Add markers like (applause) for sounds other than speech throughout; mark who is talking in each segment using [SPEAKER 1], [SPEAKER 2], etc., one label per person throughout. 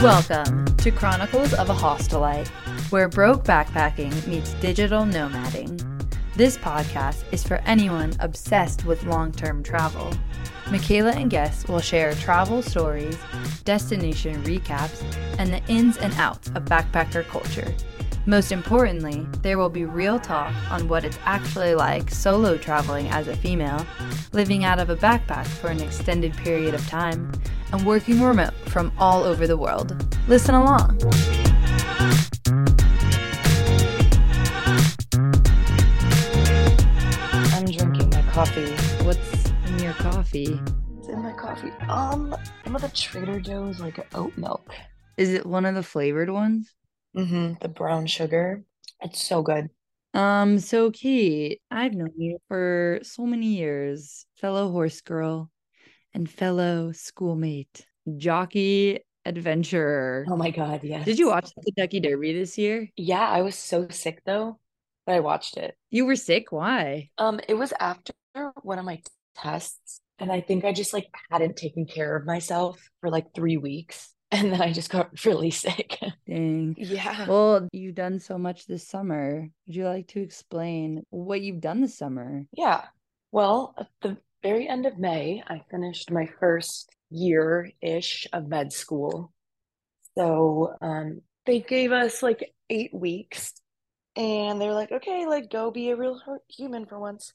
[SPEAKER 1] Welcome to Chronicles of a Hostelite, where broke backpacking meets digital nomading. This podcast is for anyone obsessed with long term travel. Michaela and guests will share travel stories, destination recaps, and the ins and outs of backpacker culture. Most importantly, there will be real talk on what it's actually like solo traveling as a female, living out of a backpack for an extended period of time, and working remote from all over the world. Listen along.
[SPEAKER 2] I'm drinking my coffee. What's in your coffee?
[SPEAKER 3] What's in my coffee? Um, some of the Trader Joe's like oat milk.
[SPEAKER 2] Is it one of the flavored ones?
[SPEAKER 3] Mm-hmm. The brown sugar. It's so good.
[SPEAKER 2] Um, so Kate, I've known you for so many years, fellow horse girl and fellow schoolmate, jockey adventurer.
[SPEAKER 3] Oh my god, yes.
[SPEAKER 2] Did you watch the Kentucky Derby this year?
[SPEAKER 3] Yeah, I was so sick though, but I watched it.
[SPEAKER 2] You were sick? Why?
[SPEAKER 3] Um, it was after one of my tests, and I think I just like hadn't taken care of myself for like three weeks. (laughs) And then I just got really sick.
[SPEAKER 2] Dang.
[SPEAKER 3] (laughs) yeah.
[SPEAKER 2] Well, you've done so much this summer. Would you like to explain what you've done this summer?
[SPEAKER 3] Yeah. Well, at the very end of May, I finished my first year ish of med school. So um, they gave us like eight weeks and they're like, okay, like go be a real hu- human for once.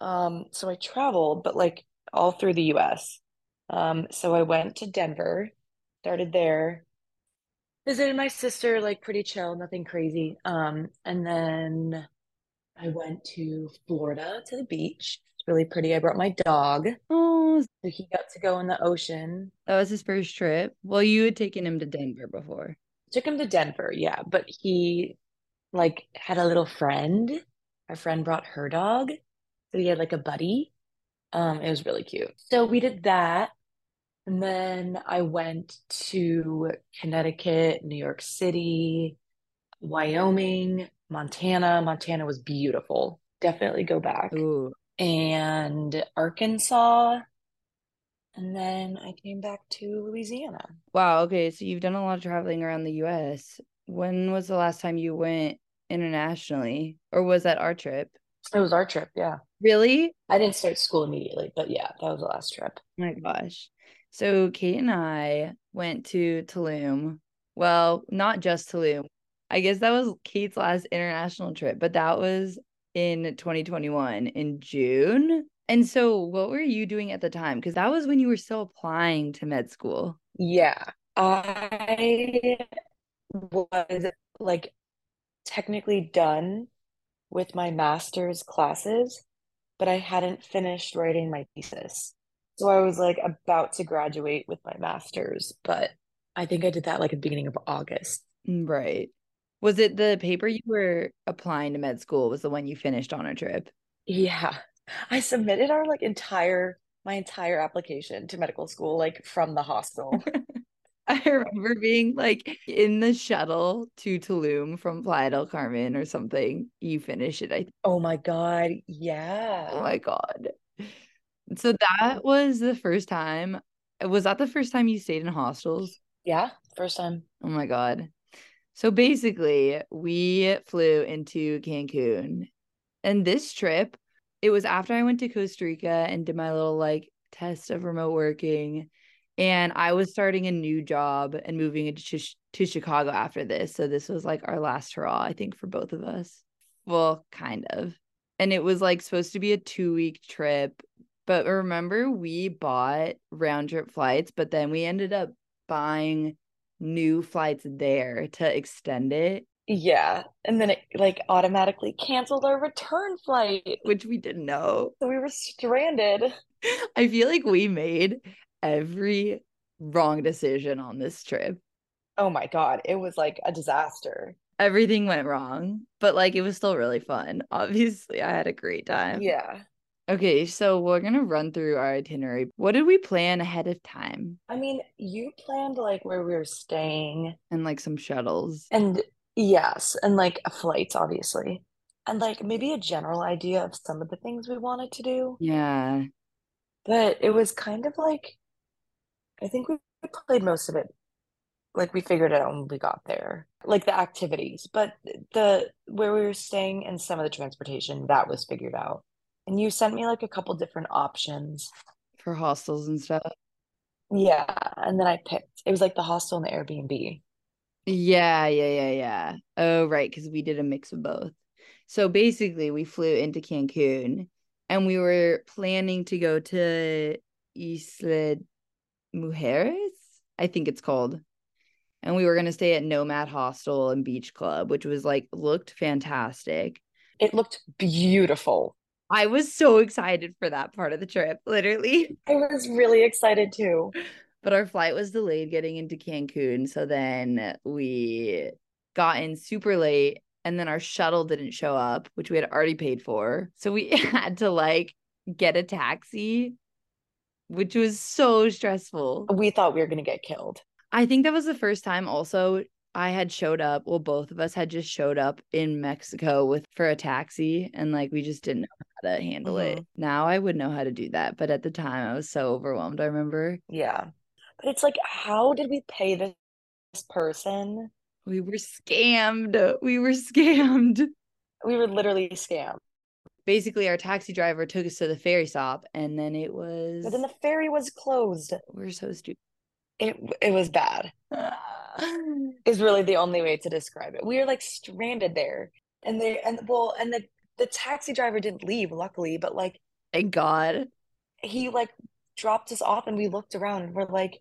[SPEAKER 3] Um, so I traveled, but like all through the US. Um, so I went to Denver, started there, visited my sister, like pretty chill, nothing crazy. Um, and then I went to Florida to the beach. It's really pretty. I brought my dog,
[SPEAKER 2] Oh,
[SPEAKER 3] so he got to go in the ocean.
[SPEAKER 2] that was his first trip. Well, you had taken him to Denver before.
[SPEAKER 3] Took him to Denver, yeah, but he like had a little friend. Our friend brought her dog, so he had like a buddy. Um, it was really cute. So we did that, and then I went to Connecticut, New York City, Wyoming, Montana. Montana was beautiful. Definitely go back.
[SPEAKER 2] Ooh.
[SPEAKER 3] and Arkansas. And then I came back to Louisiana.
[SPEAKER 2] Wow. Okay. So you've done a lot of traveling around the US. When was the last time you went internationally? Or was that our trip?
[SPEAKER 3] It was our trip, yeah.
[SPEAKER 2] Really?
[SPEAKER 3] I didn't start school immediately, but yeah, that was the last trip.
[SPEAKER 2] Oh my gosh. So Kate and I went to Tulum. Well, not just Tulum. I guess that was Kate's last international trip, but that was in 2021 in June. And so what were you doing at the time? Because that was when you were still applying to med school.
[SPEAKER 3] Yeah. I was like technically done with my master's classes, but I hadn't finished writing my thesis. So I was like about to graduate with my master's, but I think I did that like at the beginning of August.
[SPEAKER 2] Right. Was it the paper you were applying to med school was the one you finished on a trip? (laughs)
[SPEAKER 3] Yeah. I submitted our like entire my entire application to medical school like from the hostel.
[SPEAKER 2] I remember being like in the shuttle to Tulum from Playa del Carmen or something. You finish it. I
[SPEAKER 3] Oh my God,
[SPEAKER 2] oh
[SPEAKER 3] yeah.
[SPEAKER 2] my god. So that was the first time. Was that the first time you stayed in hostels?
[SPEAKER 3] Yeah, first time.
[SPEAKER 2] Oh my god. So basically, we flew into Cancun. And this trip, it was after I went to Costa Rica and did my little like test of remote working. And I was starting a new job and moving into Chi- to Chicago after this. So this was like our last hurrah, I think, for both of us. Well, kind of. And it was like supposed to be a two week trip. But remember, we bought round trip flights, but then we ended up buying new flights there to extend it,
[SPEAKER 3] Yeah. And then it like automatically canceled our return flight.
[SPEAKER 2] which we didn't know. (laughs)
[SPEAKER 3] So we were stranded.
[SPEAKER 2] I feel like we made every wrong decision on this trip.
[SPEAKER 3] Oh my God, it was like a disaster.
[SPEAKER 2] Everything went wrong, but like it was still really fun. Obviously, I had a great time.
[SPEAKER 3] Yeah.
[SPEAKER 2] Okay, so we're gonna run through our itinerary. What did we plan ahead of time?
[SPEAKER 3] I mean, you planned like where we were staying.
[SPEAKER 2] And like some shuttles.
[SPEAKER 3] And yes, and like flights, obviously. And like maybe a general idea of some of the things we wanted to do.
[SPEAKER 2] Yeah.
[SPEAKER 3] But it was kind of like, I think we played most of it like we figured it out when we got there like the activities but the where we were staying and some of the transportation that was figured out and you sent me like a couple different options
[SPEAKER 2] for hostels and stuff.
[SPEAKER 3] yeah and then i picked it was like the hostel and the airbnb
[SPEAKER 2] Yeah, yeah, yeah, yeah. Oh, right, because we did a mix of both. So basically, we flew into Cancun and we were planning to go to Isla Mujeres, I think it's called. And we were going to stay at Nomad Hostel and Beach Club, which was like looked fantastic.
[SPEAKER 3] it looked beautiful
[SPEAKER 2] I was so excited for that part of the trip, literally.
[SPEAKER 3] i was really excited too
[SPEAKER 2] but our flight was delayed getting into Cancun. So then we got in super late and then our shuttle didn't show up, which we had already paid for. So we (laughs) had to like get a taxi, which was so stressful.
[SPEAKER 3] we thought we were going to get killed
[SPEAKER 2] I think that was the first time also I had showed up. Well, both of us had just showed up in Mexico with for a taxi and like we just didn't know how to handle it. Now I would know how to do that. But at the time I was so overwhelmed. I remember
[SPEAKER 3] yeah but it's like how did we pay this this person
[SPEAKER 2] We were scammed. We were (laughs) scammed.
[SPEAKER 3] we were literally scammed
[SPEAKER 2] Basically, our taxi driver took us to the ferry stop, and then it was.
[SPEAKER 3] but then the ferry was closed
[SPEAKER 2] we're so
[SPEAKER 3] (laughs)
[SPEAKER 2] stupid.
[SPEAKER 3] it it was bad is really the only way to describe it. We were like stranded there. And they and well and the the taxi driver didn't leave, luckily, but like
[SPEAKER 2] (sighs) Thank God.
[SPEAKER 3] he like dropped us off and we looked around and we're like,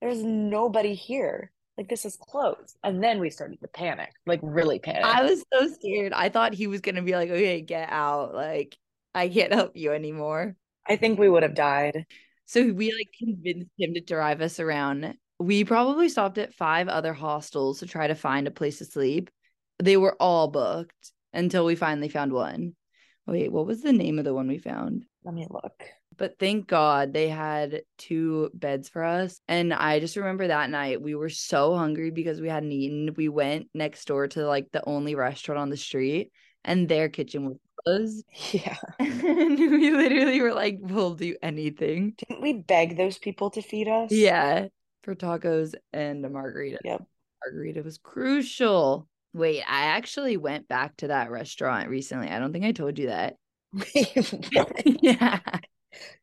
[SPEAKER 3] there's nobody here. Like this is closed. And then we started to panic, like really panic.
[SPEAKER 2] I was so scared. I thought he was gonna be like, "Okay, get out. Like, I can't help you anymore."
[SPEAKER 3] I think we would have died.
[SPEAKER 2] So we like convinced him to drive us around. We probably stopped at five other hostels to try to find a place to sleep. They were all booked until we finally found one. Wait, what was the name of the one we found?
[SPEAKER 3] Let me look. (laughs)
[SPEAKER 2] But thank God they had two beds for us. And I just remember that night we were so hungry because we hadn't eaten. We went next door to like the only restaurant on the street and their kitchen was closed. (laughs)
[SPEAKER 3] Yeah.
[SPEAKER 2] and we literally were like, we'll do anything.
[SPEAKER 3] Didn't we beg those people to feed us? (laughs)
[SPEAKER 2] Yeah, for tacos and a margarita.
[SPEAKER 3] Yep.
[SPEAKER 2] Margarita was crucial. Wait, I actually went back to that restaurant recently. I don't think I told you that. (laughs) yeah.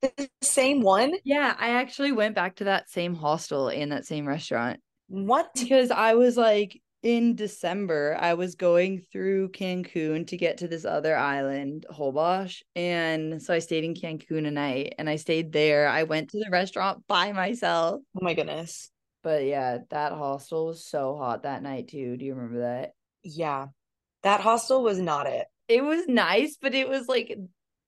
[SPEAKER 3] the same one?
[SPEAKER 2] Yeah, I actually went back to that same hostel and that same restaurant
[SPEAKER 3] What?
[SPEAKER 2] because I was like in December, I was going through Cancun to get to this other island, Holbox, and so I stayed in Cancun a night and I stayed there. I went to the restaurant by myself.
[SPEAKER 3] Oh my goodness.
[SPEAKER 2] But yeah, that hostel was so hot that night too. Do you remember that?
[SPEAKER 3] Yeah. That hostel was not it.
[SPEAKER 2] It was nice, but it was like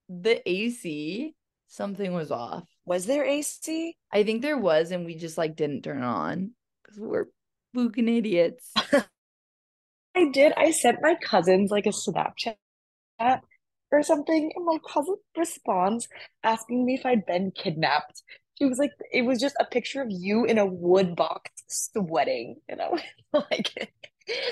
[SPEAKER 2] the AC, something was off.
[SPEAKER 3] Was there AC?
[SPEAKER 2] I think there was, and we just like didn't turn it on because we're fucking idiots.
[SPEAKER 3] I did. I sent my cousins like a Snapchat or something, and my cousin responds asking me if I'd been kidnapped. She was like, it was just a picture of you in a wood box sweating. And I was (laughs) like,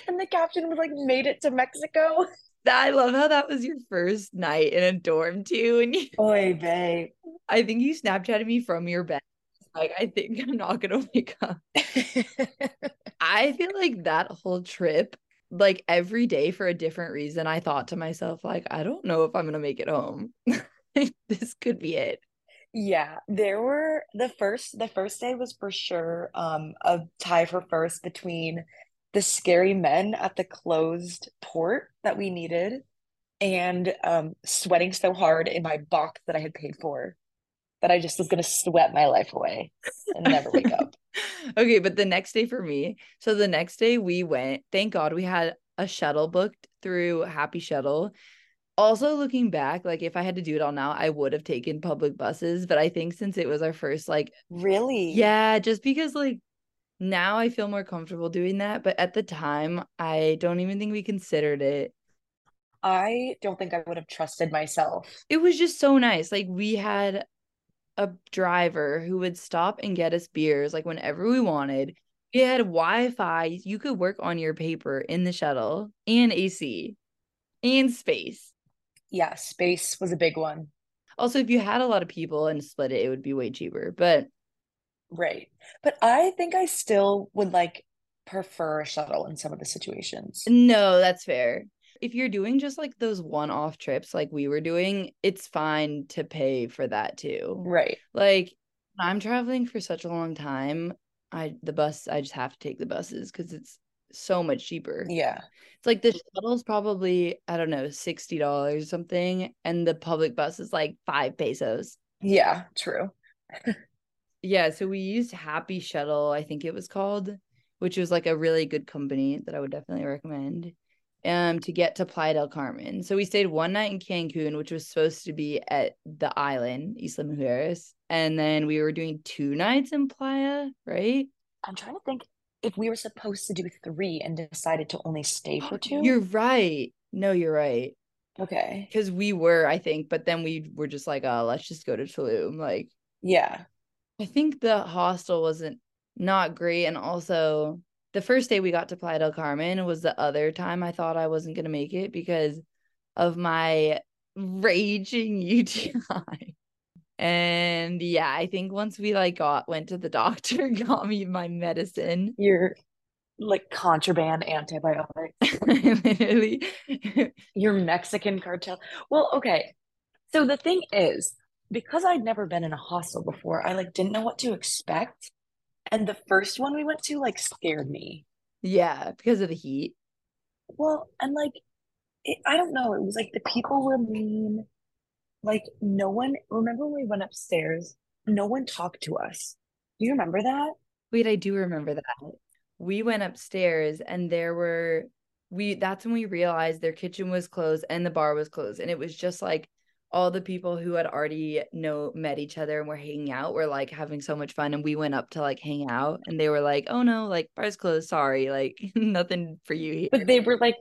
[SPEAKER 3] and the caption was like, made it to Mexico.
[SPEAKER 2] I love how that was your first night in a dorm too, and you,
[SPEAKER 3] Oy vey. (laughs)
[SPEAKER 2] I think you Snapchatted me from your bed. Like, I think I'm not gonna wake up. I feel like that whole trip, like every day for a different reason, I thought to myself, like, I don't know if I'm gonna make it home. (laughs) this could be it.
[SPEAKER 3] Yeah, there were the first the first day was for sure um a tie for first between the scary men at the closed port that we needed and um sweating so hard in my box that I had paid for that I just was gonna sweat my life away and never wake up.
[SPEAKER 2] okay, but the next day for me, so the next day we went, thank God we had a shuttle booked through Happy Shuttle. Also, looking back, like if I had to do it all now, I would have taken public buses. But I think since it was our first, like,
[SPEAKER 3] Really?
[SPEAKER 2] yeah, just because, like, now I feel more comfortable doing that. But at the time, I don't even think we considered it.
[SPEAKER 3] I don't think I would have trusted myself.
[SPEAKER 2] it was just so nice. Like we had a driver who would stop and get us beers like whenever we wanted. We had Wi-Fi. You could work on your paper in the shuttle and AC and space.
[SPEAKER 3] Yeah, space was a big one.
[SPEAKER 2] Also, if you had a lot of people and split it, it would be way cheaper. But
[SPEAKER 3] Right. But I think I still would like prefer a shuttle in some of the situations.
[SPEAKER 2] No, that's fair. If you're doing just like those one off trips like we were doing, it's fine to pay for that too.
[SPEAKER 3] Right.
[SPEAKER 2] Like I'm traveling for such a long time. I the bus I just have to take the buses because it's so much cheaper.
[SPEAKER 3] Yeah.
[SPEAKER 2] It's like the shuttle's probably, I don't know, sixty dollars or something, and the public bus is like five pesos.
[SPEAKER 3] Yeah. True.
[SPEAKER 2] Yeah, so we used Happy Shuttle, I think it was called, which was like a really good company that I would definitely recommend um to get to Playa del Carmen. So we stayed one night in Cancun, which was supposed to be at the island, Isla Mujeres, and then we were doing two nights in Playa, right?
[SPEAKER 3] I'm trying to think if we were supposed to do three and decided to only stay (gasps) for 2
[SPEAKER 2] You're right. No, you're right.
[SPEAKER 3] okay.
[SPEAKER 2] Cuz we were, I think, but then we were just like, "Oh, let's just go to Tulum." Like
[SPEAKER 3] Yeah.
[SPEAKER 2] I think the hostel wasn't not great. And also the first day we got to Playa del Carmen was the other time I thought I wasn't gonna make it because of my raging (laughs) UTI. And yeah, I think once we like got went to the (laughs) doctor, got me my medicine. (laughs)
[SPEAKER 3] You're like contraband (laughs) antibiotics.
[SPEAKER 2] I literally (laughs)
[SPEAKER 3] Your Mexican cartel. Well, okay. So the thing is, because I'd never been in a hostel before, I like didn't know what to expect. And the first one we went to like scared me.
[SPEAKER 2] Yeah, because of the heat.
[SPEAKER 3] Well, and like it, I don't know, it was like the people were mean. Like no one, remember when we went upstairs? No one talked to us. Do you remember that?
[SPEAKER 2] Wait, I do remember that. We went upstairs and there were we that's when we realized their kitchen was closed and the bar was closed and it was just like all the people who had already know met each other and were hanging out were like having so much fun and we went up to like hang out and they were like oh no like bar's closed sorry like (laughs) nothing for you here
[SPEAKER 3] But they were like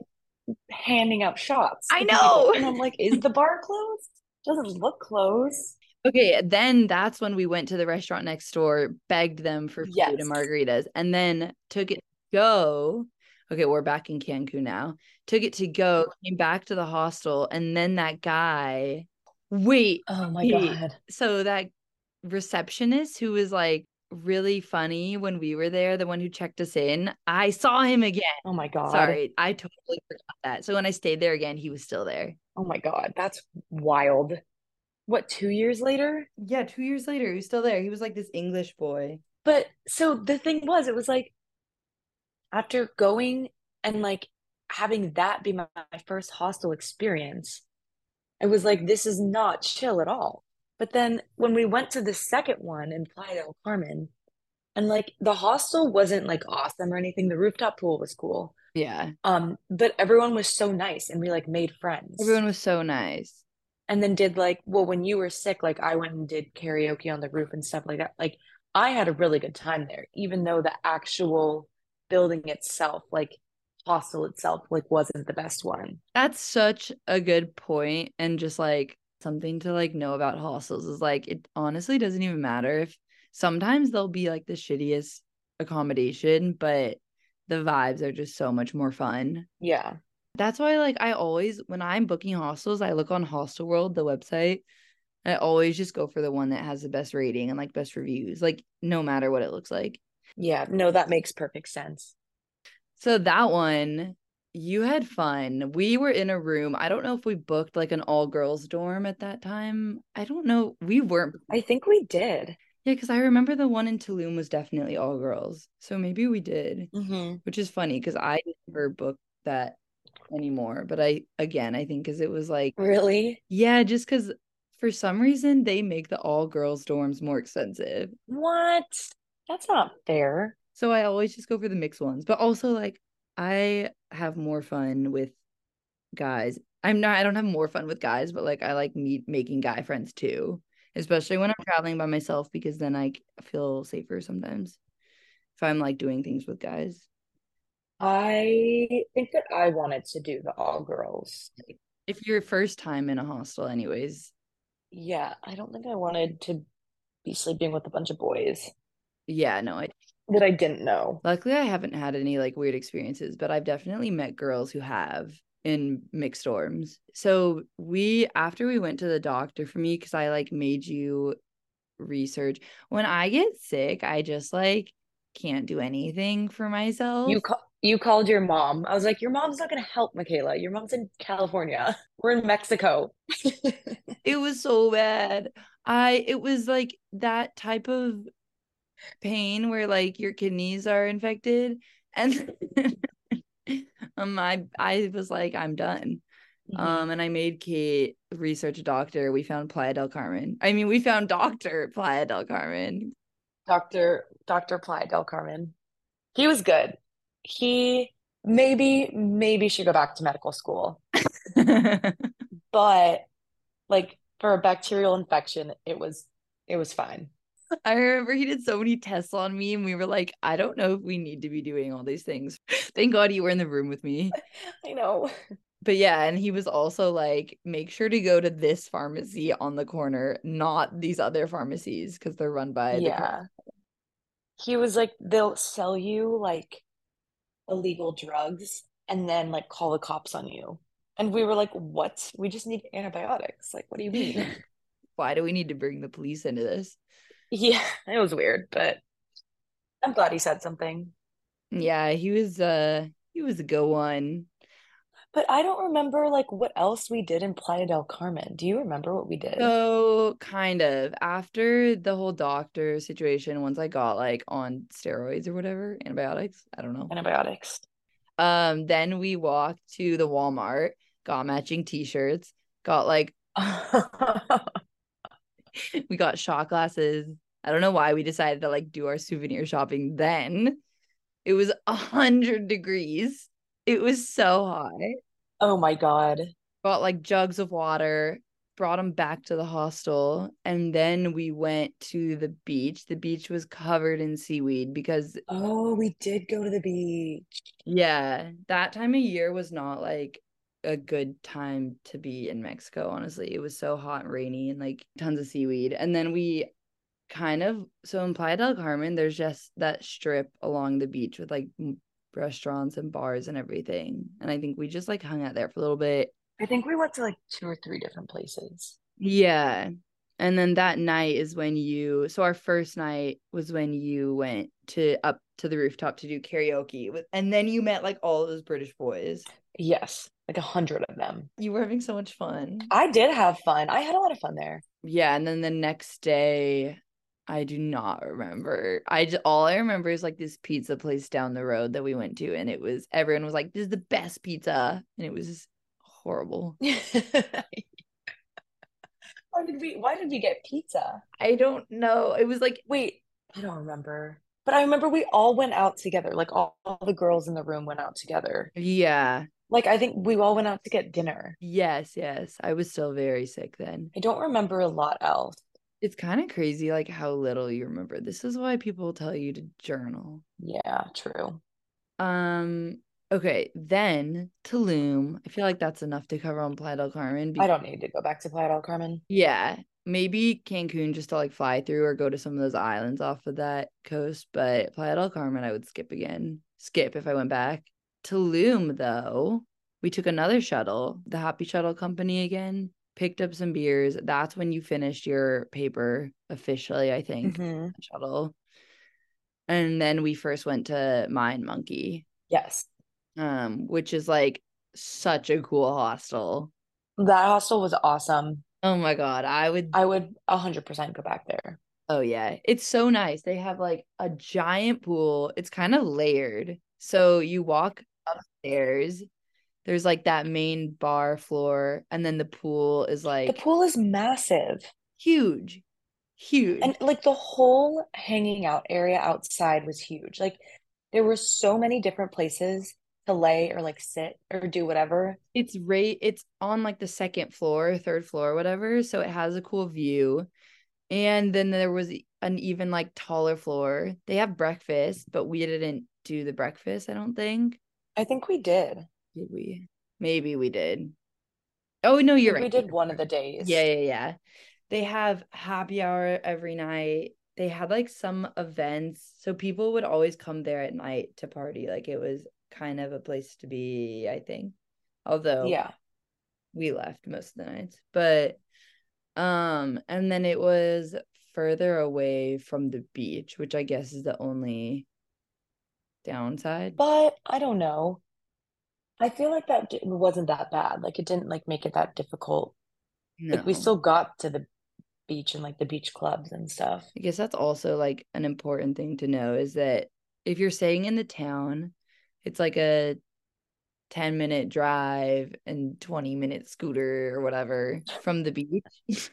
[SPEAKER 3] handing out shots.
[SPEAKER 2] I
[SPEAKER 3] to people.
[SPEAKER 2] know.
[SPEAKER 3] And I'm like, is the bar closed? Doesn't look closed.
[SPEAKER 2] Okay, then that's when we went to the restaurant next door, begged them for food
[SPEAKER 3] Yes.
[SPEAKER 2] and margaritas, and then took it to go. Okay, we're back in Cancun now. Took it to go, came back to the hostel, and then that guy. Wait,
[SPEAKER 3] Oh my
[SPEAKER 2] He-
[SPEAKER 3] God.
[SPEAKER 2] so that receptionist who was like really funny when we were there, the one who checked us in, I saw him again.
[SPEAKER 3] Oh my God.
[SPEAKER 2] Sorry, I totally forgot that. So when I stayed there again, he was still there.
[SPEAKER 3] Oh my God. That's wild. What, two years later?
[SPEAKER 2] Yeah, two years later, he was still there. He was like this English boy.
[SPEAKER 3] But so the thing was, it was like after going and like having that be my, my first hostel experience, it was like, this is not chill at all. But then when we went to the second one in Playa del Carmen, and like the hostel wasn't like awesome or anything, the rooftop pool was cool.
[SPEAKER 2] Yeah.
[SPEAKER 3] Um, but everyone was so nice and we like made friends.
[SPEAKER 2] Everyone was so nice.
[SPEAKER 3] and then did like well when you were sick like i went and did karaoke on the roof and stuff like that like i had a really good time there even though the actual building itself like hostel itself like wasn't the best one
[SPEAKER 2] That's such a good point and just like something to like know about hostels is like it honestly doesn't even matter if sometimes they'll be like the shittiest accommodation but the vibes are just so much more fun.
[SPEAKER 3] yeah
[SPEAKER 2] That's why like I always when I'm booking hostels I look on Hostel World the website I always just go for the one that has the best rating and like best reviews like no matter what it looks like.
[SPEAKER 3] yeah no that makes perfect sense
[SPEAKER 2] So that one, you had fun. We were in a room. I don't know if we booked like an all girls dorm at that time. I don't know. We weren't.
[SPEAKER 3] i think we did
[SPEAKER 2] Yeah, because I remember the one in Tulum was definitely all girls. So maybe we did,
[SPEAKER 3] mm-hmm.
[SPEAKER 2] which is funny because I never booked that anymore. But I, again, I think because it was like,
[SPEAKER 3] really
[SPEAKER 2] yeah, just because for some reason they make the all girls dorms more expensive.
[SPEAKER 3] what that's not fair
[SPEAKER 2] So I always just go for the mixed ones. But also like I have more fun with guys. I'm not I don't have more fun with guys, but like I like meet making guy friends too. Especially when I'm traveling by myself because then I c- feel safer sometimes. If I'm like doing things with guys.
[SPEAKER 3] i think that i wanted to do the all girls
[SPEAKER 2] If you're first time in a hostel anyways,
[SPEAKER 3] yeah i don't think i wanted to be sleeping with a bunch of boys
[SPEAKER 2] yeah, no, I
[SPEAKER 3] that i didn't know
[SPEAKER 2] luckily I haven't had any like weird experiences, but I've definitely met girls who have in mixed dorms. So we after we went to the doctor for me cuz I like made you research. When I get sick, I just like can't do anything for myself.
[SPEAKER 3] You ca- you called your mom. I was like, your mom's not going to help, Michaela. Your mom's in California. (laughs) We're in Mexico.
[SPEAKER 2] it was so bad. I it was like that type of pain where like your kidneys are infected and (laughs) um I I was like I'm done.
[SPEAKER 3] Mm-hmm.
[SPEAKER 2] Um and I made Kate research a doctor. We found Playa del Carmen. I mean, we found Dr. Playa del Carmen.
[SPEAKER 3] Doctor Doctor Ply Del Carmen. He was good. He maybe maybe should go back to medical school, but like for a bacterial infection, it was it was fine.
[SPEAKER 2] I remember he did so many tests on me, and we were like, I don't know if we need to be doing all these things. (laughs) Thank God you were in the room with me.
[SPEAKER 3] I know.
[SPEAKER 2] But yeah, and he was also like, make sure to go to this pharmacy on the corner, not these other pharmacies, because they're run by the
[SPEAKER 3] Yeah. He was like, they'll sell you like illegal drugs and then like call the cops on you. And we were like, what? We just need antibiotics. Like, what do you mean?
[SPEAKER 2] Why do we need to bring the police into this?
[SPEAKER 3] Yeah, it was weird, but I'm glad he said something.
[SPEAKER 2] Yeah, he was uh he was a go one.
[SPEAKER 3] But I don't remember like what else we did in Playa del Carmen. Do you remember what we did?
[SPEAKER 2] Uh. So kind of after the whole doctor situation, once I got like on steroids or whatever, antibiotics, I don't know.
[SPEAKER 3] Antibiotics. (laughs)
[SPEAKER 2] Um, then we walked to the Walmart, got matching t-shirts, got like (clears throat) we got shot glasses. I don't know why we decided to like do our souvenir shopping then. It was a hundred degrees. It was so hot.
[SPEAKER 3] Oh my God.
[SPEAKER 2] Bought like jugs of water, brought them back to the hostel, and then we went to the beach. The beach was covered in seaweed because
[SPEAKER 3] Oh, we did go to the beach.
[SPEAKER 2] yeah, that time of year was not like a good time to be in Mexico, honestly. It was so hot and rainy and like tons of seaweed. And then we kind of so in Playa del Carmen, there's just that strip along the beach with like m- restaurants and bars and everything. And I think we just like hung out there for a little bit.
[SPEAKER 3] I think we went to like two or three different places.
[SPEAKER 2] Yeah. And then that night is when you so our first night was when you went to up to the rooftop to do karaoke with and then you met like all those British boys.
[SPEAKER 3] Yes, like a hundred of them.
[SPEAKER 2] You were having so much fun.
[SPEAKER 3] I did have fun. I had a lot of fun there.
[SPEAKER 2] Yeah, and then the next day, I do not remember. I just, all I remember is like this pizza place down the road that we went to, and it was everyone was like, "This is the best pizza," and it was horrible.
[SPEAKER 3] Why did we why did we get pizza?
[SPEAKER 2] I don't know. It was like
[SPEAKER 3] Wait, I don't remember. But I remember we all went out together. Like all, all the girls in the room went out together.
[SPEAKER 2] yeah,
[SPEAKER 3] Like I think we all went out to get dinner.
[SPEAKER 2] yes, yes. I was still very sick then.
[SPEAKER 3] I don't remember a lot else.
[SPEAKER 2] It's kind of crazy, like how little you remember. This is why people tell you to journal.
[SPEAKER 3] Yeah, true.
[SPEAKER 2] Um. Okay, then Tulum. I feel like that's enough to cover on Playa del Carmen.
[SPEAKER 3] I
[SPEAKER 2] because-
[SPEAKER 3] don't need to go back to Playa del Carmen.
[SPEAKER 2] Yeah, maybe Cancun just to like fly through or go to some of those islands off of that coast, but Playa del Carmen I would skip again. Skip if I went back. Tulum though, we took another shuttle, the Happy Shuttle company again, picked up some beers. That's when you finished your paper officially, I think,
[SPEAKER 3] Mhm.
[SPEAKER 2] shuttle. And then we first went to Mind Monkey,
[SPEAKER 3] Yes.
[SPEAKER 2] um, which is like such a cool hostel.
[SPEAKER 3] That hostel was awesome.
[SPEAKER 2] Oh my God, I would
[SPEAKER 3] I would 100% go back there.
[SPEAKER 2] Oh yeah, it's so nice. They have like a giant pool. It's kind of layered. So you walk upstairs. There's like that main bar floor and then the pool is
[SPEAKER 3] The
[SPEAKER 2] like
[SPEAKER 3] pool is massive.
[SPEAKER 2] huge. Huge.
[SPEAKER 3] And like the whole hanging out area outside was huge. Like there were so many different places to lay or like sit or do whatever.
[SPEAKER 2] it's right it's on like the second floor, third floor, whatever, so it has a cool view. And then there was e, an even like taller floor. They have breakfast, but we didn't do the breakfast, I don't think.
[SPEAKER 3] I think we did.
[SPEAKER 2] Did we? Maybe we did. Oh no, you're
[SPEAKER 3] We
[SPEAKER 2] right.
[SPEAKER 3] did one of the days.
[SPEAKER 2] Yeah, yeah, yeah. They have happy hour every night. They had like some events, so people would always come there at night to party. Like it was kind of a place to be, I think. Although
[SPEAKER 3] Yeah.
[SPEAKER 2] we left most of the nights, but um, and then it was further away from the beach, which I guess is the only downside?
[SPEAKER 3] but I don't know. I feel like that di- wasn't that bad. Like it didn't like make it that difficult.
[SPEAKER 2] No.
[SPEAKER 3] Like we still got to the beach and like the beach clubs and stuff.
[SPEAKER 2] I guess that's also like an important thing to know is that if you're staying in the town, it's like a 10 minute drive and 20 minute scooter or whatever from the beach. (laughs)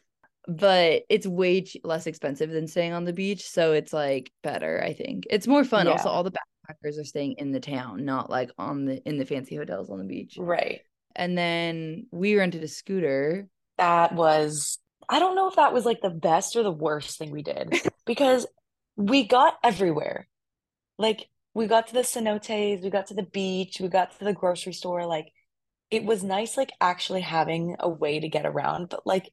[SPEAKER 2] but it's way ch- less expensive than staying on the beach. So it's like better, I think. It's more fun. Also,
[SPEAKER 3] Yeah.
[SPEAKER 2] all the backpackers are staying in the town, not like on the in the fancy hotels on the beach.
[SPEAKER 3] Right.
[SPEAKER 2] And then we rented a scooter.
[SPEAKER 3] That was, I don't know if that was like the best or the worst thing we did because we got everywhere. Like we got to the cenotes, we got to the beach, we got to the grocery store. Like it was nice, like actually having a way to get around, but like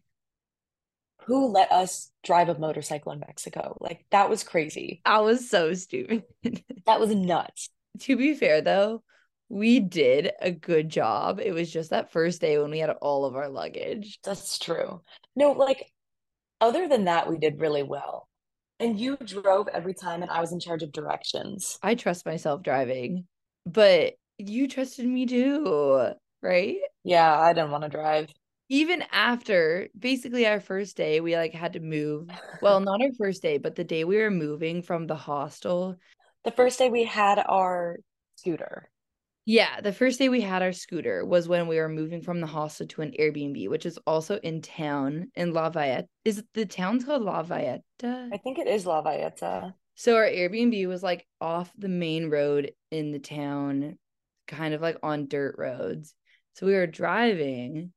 [SPEAKER 3] who let us drive a motorcycle in Mexico? Like that was crazy.
[SPEAKER 2] I was so stupid. (laughs)
[SPEAKER 3] That was nuts.
[SPEAKER 2] to be fair though we did a good job it was just that first day when we had all of our luggage
[SPEAKER 3] That's true. No, like other than that, we did really well. And you drove every time, and I was in charge of directions.
[SPEAKER 2] i trust myself driving but you trusted me too right
[SPEAKER 3] Yeah, I didn't want to drive.
[SPEAKER 2] even after basically our first day we like had to move well not our first day but the day we were moving from the hostel
[SPEAKER 3] The first day we had our scooter.
[SPEAKER 2] yeah the first day we had our scooter was when we were moving from the hostel to an airbnb which is also in town in la valletta is it- the town's called la valletta
[SPEAKER 3] I think it is La Valletta. (laughs)
[SPEAKER 2] So our Airbnb was like off the main road in the town, kind of like on dirt roads. So we were driving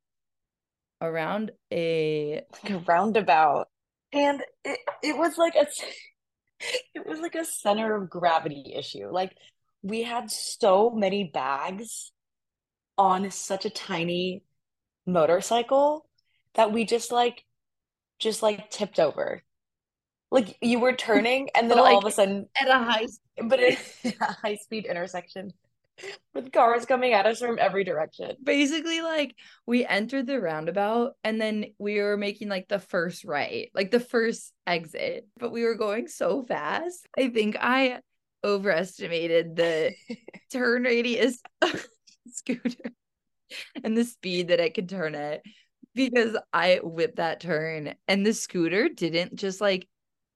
[SPEAKER 2] around a
[SPEAKER 3] Like a roundabout. And it it was like a (laughs) it was like a center of gravity issue. Like we had so many bags on such a tiny motorcycle that we just like just like tipped over. Like you were turning and then all of a
[SPEAKER 2] Like-
[SPEAKER 3] sudden
[SPEAKER 2] at a high
[SPEAKER 3] but (laughs) it's a high speed intersection with cars coming at us from every direction.
[SPEAKER 2] (laughs) basically like we entered the roundabout and then we were making like the first right, like the first exit, but we were going so fast. I think I overestimated the turn radius of the scooter and the speed that I could turn at because I whipped that turn and the scooter didn't just like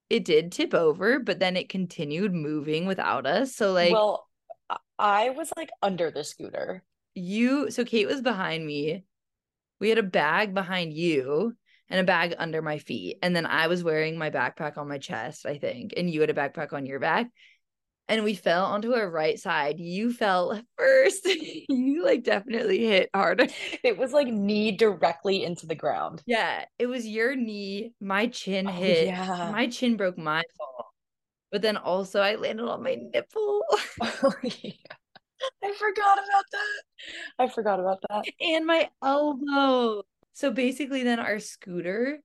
[SPEAKER 2] it did tip over, but then it continued moving without us. So like
[SPEAKER 3] Well, I- I was like under the scooter.
[SPEAKER 2] you so Kate was behind me. We had a bag behind you and a bag under my feet. And then I was wearing my backpack on my chest, I think. And you had a backpack on your back. And we fell onto our right side. You fell (laughs) first. you like definitely hit harder. (laughs)
[SPEAKER 3] It was like knee directly into the ground.
[SPEAKER 2] Yeah. It was your knee, my chin
[SPEAKER 3] Oh,
[SPEAKER 2] hit.
[SPEAKER 3] yeah.
[SPEAKER 2] My chin broke my fall. But then also I landed on my nipple (laughs)
[SPEAKER 3] (laughs) Oh, yeah. I forgot about that. I forgot about that.
[SPEAKER 2] and my elbow. So basically, then our scooter,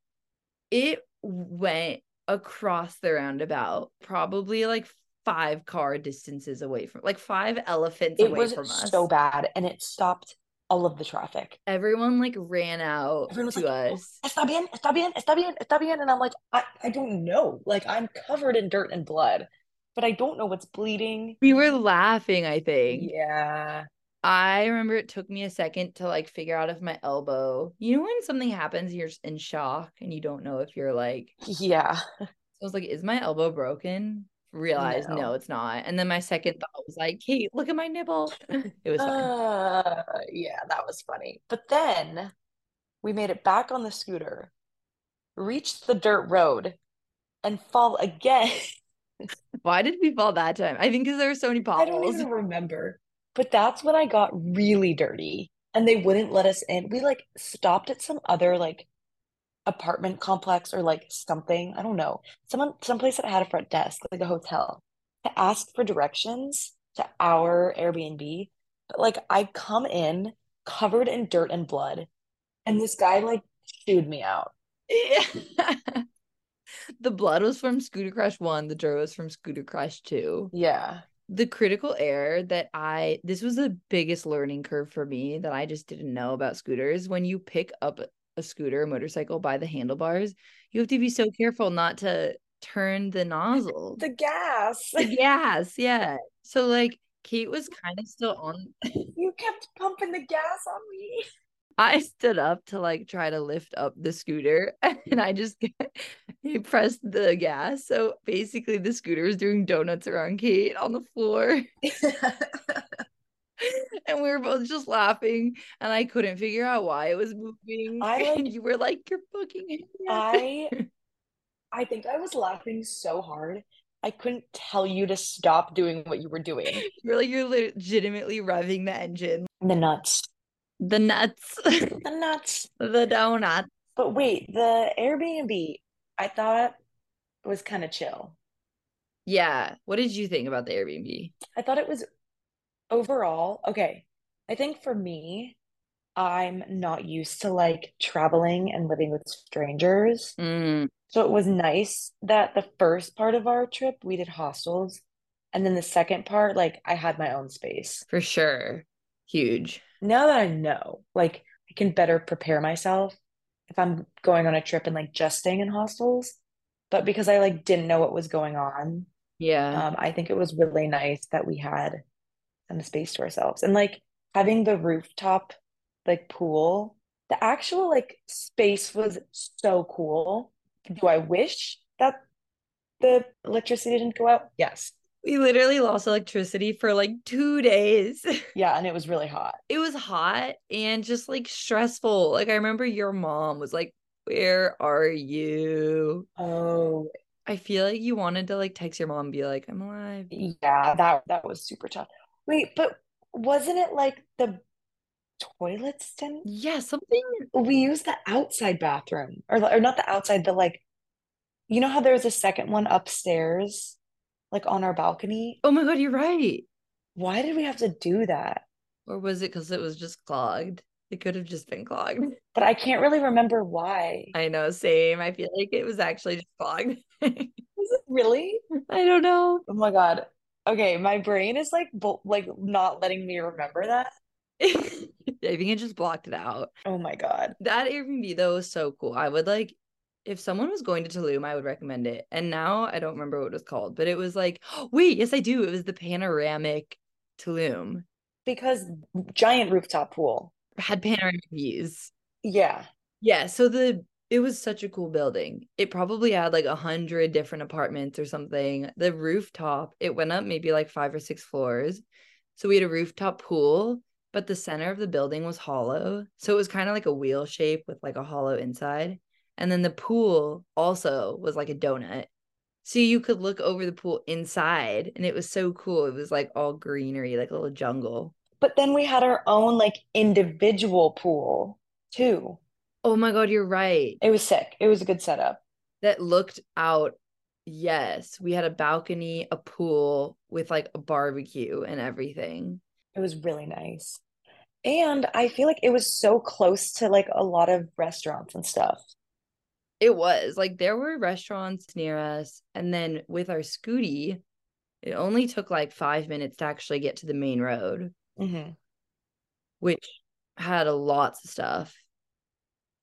[SPEAKER 2] it went across the roundabout, probably like five car distances away from, like five elephants
[SPEAKER 3] It
[SPEAKER 2] away
[SPEAKER 3] was
[SPEAKER 2] from us.
[SPEAKER 3] so bad and it stopped all of the traffic.
[SPEAKER 2] Everyone like ran out
[SPEAKER 3] Everyone was
[SPEAKER 2] to
[SPEAKER 3] like, "Oh,
[SPEAKER 2] us.
[SPEAKER 3] Está bien, está bien, está bien, está bien. And I'm like, I, I don't know. Like, I'm covered in dirt and blood, but I don't know what's bleeding.
[SPEAKER 2] We were laughing, I think.
[SPEAKER 3] Yeah.
[SPEAKER 2] I remember it took me a second to like figure out if my elbow, you know, when something happens, you're just in shock and you don't know if you're like
[SPEAKER 3] Yeah.
[SPEAKER 2] So I was like, is my elbow broken? Realized no.
[SPEAKER 3] No.
[SPEAKER 2] it's not. And then my second thought was like, Kate, look at my nipple. (laughs) It was fine.
[SPEAKER 3] Uh, yeah, that was funny. But then we made it back on the scooter, reached the dirt road, and fall again. (laughs)
[SPEAKER 2] Why did we fall that time? I think because there were so many
[SPEAKER 3] I don't
[SPEAKER 2] potholes.
[SPEAKER 3] even remember. But that's when I got really dirty and they wouldn't let us in. We like stopped at some other like apartment complex or like something. I don't know. Someone, someplace that had a front desk, like a hotel, to ask for directions to our Airbnb. But like I come in covered in dirt and blood and this guy like chewed me out.
[SPEAKER 2] (laughs) the blood was from Scooter Crash 1, the dirt was from Scooter Crash 2.
[SPEAKER 3] Yeah.
[SPEAKER 2] the critical error that I this was the biggest learning curve for me that I just didn't know about scooters. When you pick up a scooter or motorcycle by the handlebars, you have to be
[SPEAKER 3] (laughs)
[SPEAKER 2] so careful not to turn the nozzle.
[SPEAKER 3] The gas. (laughs)
[SPEAKER 2] The gas, yeah. So like Kate was kind of still on.
[SPEAKER 3] You kept pumping the gas on me.
[SPEAKER 2] I stood up to like try to lift up the scooter (laughs) and I just he pressed the gas. So basically the scooter was doing donuts around Kate on the floor. (laughs) and we were both just laughing and I couldn't figure out why it was moving.
[SPEAKER 3] I, like-
[SPEAKER 2] (laughs) and you were like, You're fucking idiot." (laughs)
[SPEAKER 3] (laughs) I I think I was laughing so hard. I couldn't tell you to stop doing what you were doing.
[SPEAKER 2] you were like you're legitimately revving the engine.
[SPEAKER 3] The nuts.
[SPEAKER 2] The nuts.
[SPEAKER 3] The nuts.
[SPEAKER 2] (laughs) the donut.
[SPEAKER 3] But wait, the Airbnb, I thought was kind of chill.
[SPEAKER 2] Yeah. What did you think about the Airbnb?
[SPEAKER 3] I thought it was overall okay. I think for me, I'm not used to like traveling and living with strangers.
[SPEAKER 2] Mm,
[SPEAKER 3] So it was nice that the first part of our trip we did hostels. And then the second part, like I had my own space.
[SPEAKER 2] for sure. Huge.
[SPEAKER 3] Now that I know, like I can better prepare myself if I'm going on a trip and like just staying in hostels. But because I like didn't know what was going on,
[SPEAKER 2] Yeah.
[SPEAKER 3] um, I think it was really nice that we had some space to ourselves and like having the rooftop like pool. The actual like space was so cool. Do I wish that the electricity didn't go out? Yes.
[SPEAKER 2] we literally lost electricity for like two days. (laughs)
[SPEAKER 3] Yeah, and it was really hot.
[SPEAKER 2] it was hot and just like stressful. Like I remember your mom was like, Where are you?
[SPEAKER 3] Oh,
[SPEAKER 2] I feel like you wanted to like text your mom and be like, I'm alive.
[SPEAKER 3] yeah, that that was super tough. Wait, but wasn't it like the toilets didn't?
[SPEAKER 2] Yeah, something
[SPEAKER 3] We used the outside bathroom or or not the outside, the like you know how there's a second one upstairs, like on our balcony?
[SPEAKER 2] (laughs) Oh my god, you're right.
[SPEAKER 3] Why did we have to do that?
[SPEAKER 2] Or was it because it was just clogged? It could have just been (laughs) clogged.
[SPEAKER 3] But I can't really remember why.
[SPEAKER 2] I know, same. I feel like it was actually just clogged. (laughs) I
[SPEAKER 3] Was it really?
[SPEAKER 2] don't know. (laughs)
[SPEAKER 3] Oh my God. Okay, my brain is like bo like not letting me remember that.
[SPEAKER 2] I think it just blocked it out.
[SPEAKER 3] Oh my God.
[SPEAKER 2] That Airbnb though was so cool. I would like if someone was going to Tulum, I would recommend it. And now I don't remember what it was called, but it was like, (gasps) wait, yes, I do. It was the panoramic Tulum.
[SPEAKER 3] Because giant rooftop pool.
[SPEAKER 2] It had panoramic views.
[SPEAKER 3] Yeah.
[SPEAKER 2] Yeah. So the it was such a cool building. It probably had like a hundred different apartments or something. The rooftop, it went up maybe like five or six floors. So we had a rooftop pool, but the center of the building was hollow. So it was kind of like a wheel shape with like a hollow inside. And then the pool also was like a donut. So you could look over the pool inside and it was so cool. It was like all greenery, like a little jungle.
[SPEAKER 3] But then we had our own like individual pool too.
[SPEAKER 2] Oh my God, you're right.
[SPEAKER 3] It was sick. It was a good setup.
[SPEAKER 2] that looked out. Yes, we had a balcony, a pool with like a barbecue and everything.
[SPEAKER 3] It was really nice. And I feel like it was so close to like a lot of restaurants and stuff.
[SPEAKER 2] It was like there were restaurants near us. And then with our scooty, it only took like five minutes to actually get to the main road,
[SPEAKER 3] Mm-hmm.
[SPEAKER 2] which had a lots of stuff.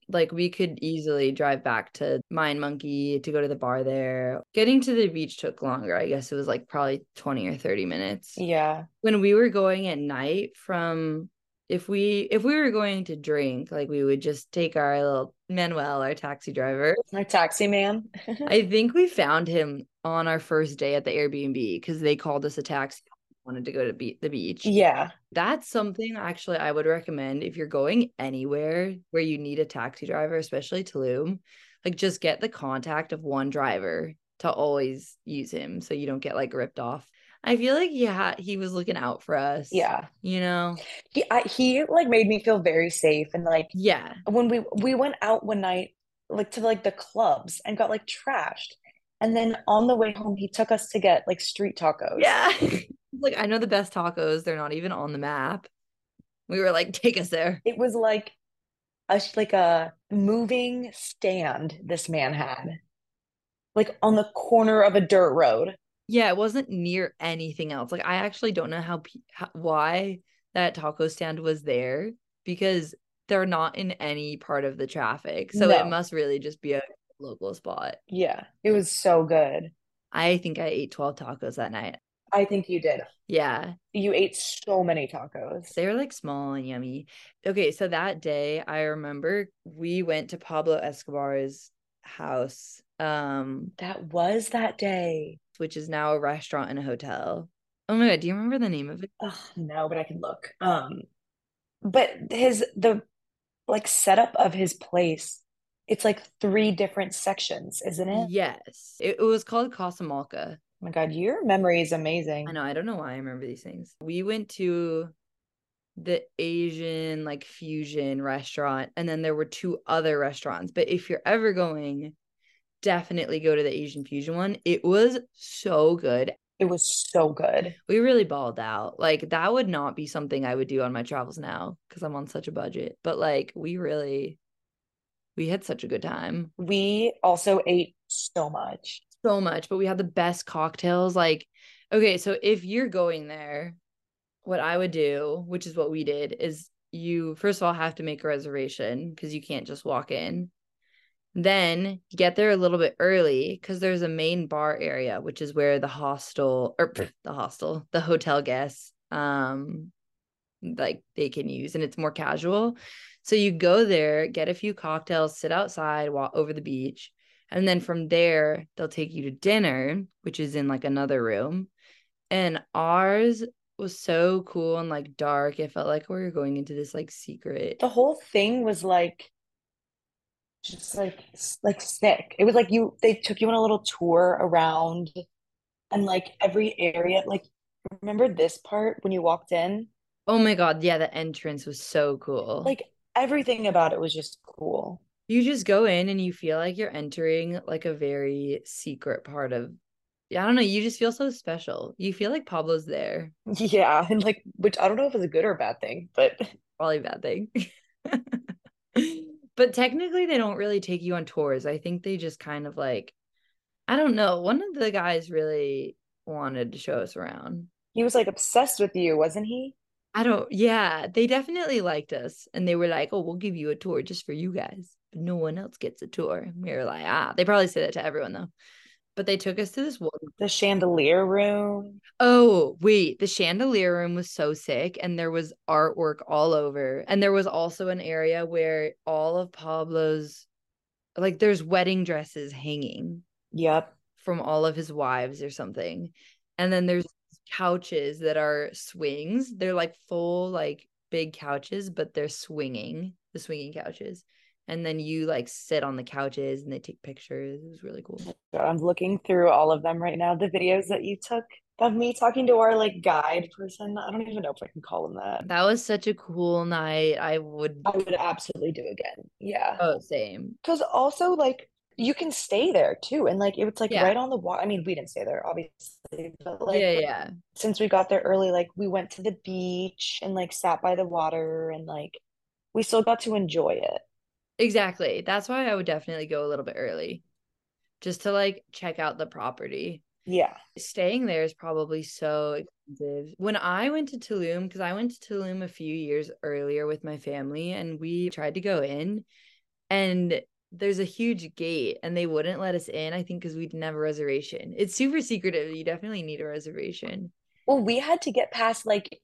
[SPEAKER 2] Like we could easily drive back to Mind Monkey to go to the bar there. Getting to the beach took longer. I guess it was like probably 20 or 30 minutes.
[SPEAKER 3] Yeah.
[SPEAKER 2] when we were going at night from if we if we were going to drink like we would just take our little manuel our taxi driver
[SPEAKER 3] Our taxi man.
[SPEAKER 2] i think we found him on our first day at the airbnb because they called us a taxi wanted to go to be- the beach
[SPEAKER 3] Yeah.
[SPEAKER 2] that's something actually i would recommend if you're going anywhere where you need a taxi driver especially tulum like just get the contact of one driver to always use him so you don't get like ripped off i feel like yeah he was looking out for us
[SPEAKER 3] Yeah.
[SPEAKER 2] you know
[SPEAKER 3] He I, he like made me feel very safe and like
[SPEAKER 2] yeah
[SPEAKER 3] when we we went out one night like to like the clubs and got like trashed. And then on the way home he took us to get like street tacos.
[SPEAKER 2] yeah (laughs) like i know the best tacos they're not even on the map we were like take us there
[SPEAKER 3] It was like a sh- like a moving stand this man had, like on the corner of a dirt road.
[SPEAKER 2] yeah it wasn't near anything else like i actually don't know how, pe- how why that taco stand was there because they're not in any part of the traffic so it
[SPEAKER 3] No.
[SPEAKER 2] must really just be a local spot
[SPEAKER 3] Yeah, it was so good.
[SPEAKER 2] i think i ate 12 tacos that night
[SPEAKER 3] I think you did.
[SPEAKER 2] Yeah.
[SPEAKER 3] You ate so many tacos.
[SPEAKER 2] They were like small and yummy. Okay. So that day, I remember we went to Pablo Escobar's house, um,
[SPEAKER 3] That was that day.
[SPEAKER 2] which is now a restaurant and a hotel. Oh my God. Do you remember the name of it?
[SPEAKER 3] Ugh, no, but I can look. Um, but his the like setup of his place, it's like three different sections, isn't it?
[SPEAKER 2] Yes. It, it was called Casa Malca.
[SPEAKER 3] Oh my God, your memory is amazing.
[SPEAKER 2] I know. I don't know why I remember these things. We went to the Asian like fusion restaurant, and then there were two other restaurants. But if you're ever going, definitely go to the Asian fusion one. It was so good.
[SPEAKER 3] It was so good.
[SPEAKER 2] We really balled out. Like that would not be something I would do on my travels now because I'm on such a budget. But like we really, we had such a good time.
[SPEAKER 3] We also ate so much.
[SPEAKER 2] so much, but we had the best cocktails. Like, okay, so if you're going there, what I would do, which is what we did, is you first of all have to make a reservation because you can't just walk in. Then get there a little bit early because there's a main bar area, which is where the hostel or pff, the hostel, the hotel guests, um, like they can use, and it's more casual. So you go there, get a few cocktails, sit outside, walk over the beach, and then from there, they'll take you to dinner, which is in like another room. And ours was so cool and like dark. It felt like we were going into this like secret.
[SPEAKER 3] The whole thing was like just like s- like sick. It was like you they took you on a little tour around and like every area. Like remember this part when you walked in?
[SPEAKER 2] Oh my God. Yeah. The entrance was so cool.
[SPEAKER 3] Like everything about it was just cool. (laughs)
[SPEAKER 2] you just go in and you feel like you're entering like a very secret part of, yeah, I don't know. You just feel so special. You feel like Pablo's there.
[SPEAKER 3] Yeah, and like which I don't know if it's a good or a bad thing, but (laughs)
[SPEAKER 2] Probably a bad thing. (laughs) but technically, they don't really take you on tours. I think they just kind of like, I don't know. One of the guys really wanted to show us around.
[SPEAKER 3] he was like obsessed with you, wasn't he?
[SPEAKER 2] I don't, yeah, they definitely liked us. And they were like, oh, we'll give you a tour just for you guys. But no one else gets a tour. And we were like, ah, they probably say that to everyone though. But they took us to this one
[SPEAKER 3] The chandelier room.
[SPEAKER 2] Oh, wait, the chandelier room was so sick, and there was artwork all over. And there was also an area where all of Pablo's, like, there's wedding dresses hanging
[SPEAKER 3] Yep.
[SPEAKER 2] from all of his wives or something. And then there's couches that are swings. They're like full, like, big couches, but they're swinging, the swinging couches. And then you, like, sit on the couches and they take pictures. It was really cool.
[SPEAKER 3] God, I'm looking through all of them right now. The videos that you took of me talking to our like guide person. I don't even know if I can call him that.
[SPEAKER 2] That was such a cool night. I would.
[SPEAKER 3] I would absolutely do again. Yeah.
[SPEAKER 2] Oh, same.
[SPEAKER 3] Because also like you can stay there too. And like it's like
[SPEAKER 2] Yeah.
[SPEAKER 3] right on the water. I mean, we didn't stay there, obviously, but like
[SPEAKER 2] yeah, yeah.
[SPEAKER 3] since we got there early, like we went to the beach and like sat by the water and like we still got to enjoy it.
[SPEAKER 2] Exactly. That's why I would definitely go a little bit early just to like check out the property.
[SPEAKER 3] Yeah.
[SPEAKER 2] Staying there is probably so expensive. When I went to Tulum, because I went to Tulum a few years earlier with my family and we tried to go in, and there's a huge gate and they wouldn't let us in, I think, because we didn't have a reservation. It's super secretive. You definitely need a reservation.
[SPEAKER 3] Well, we had to get past like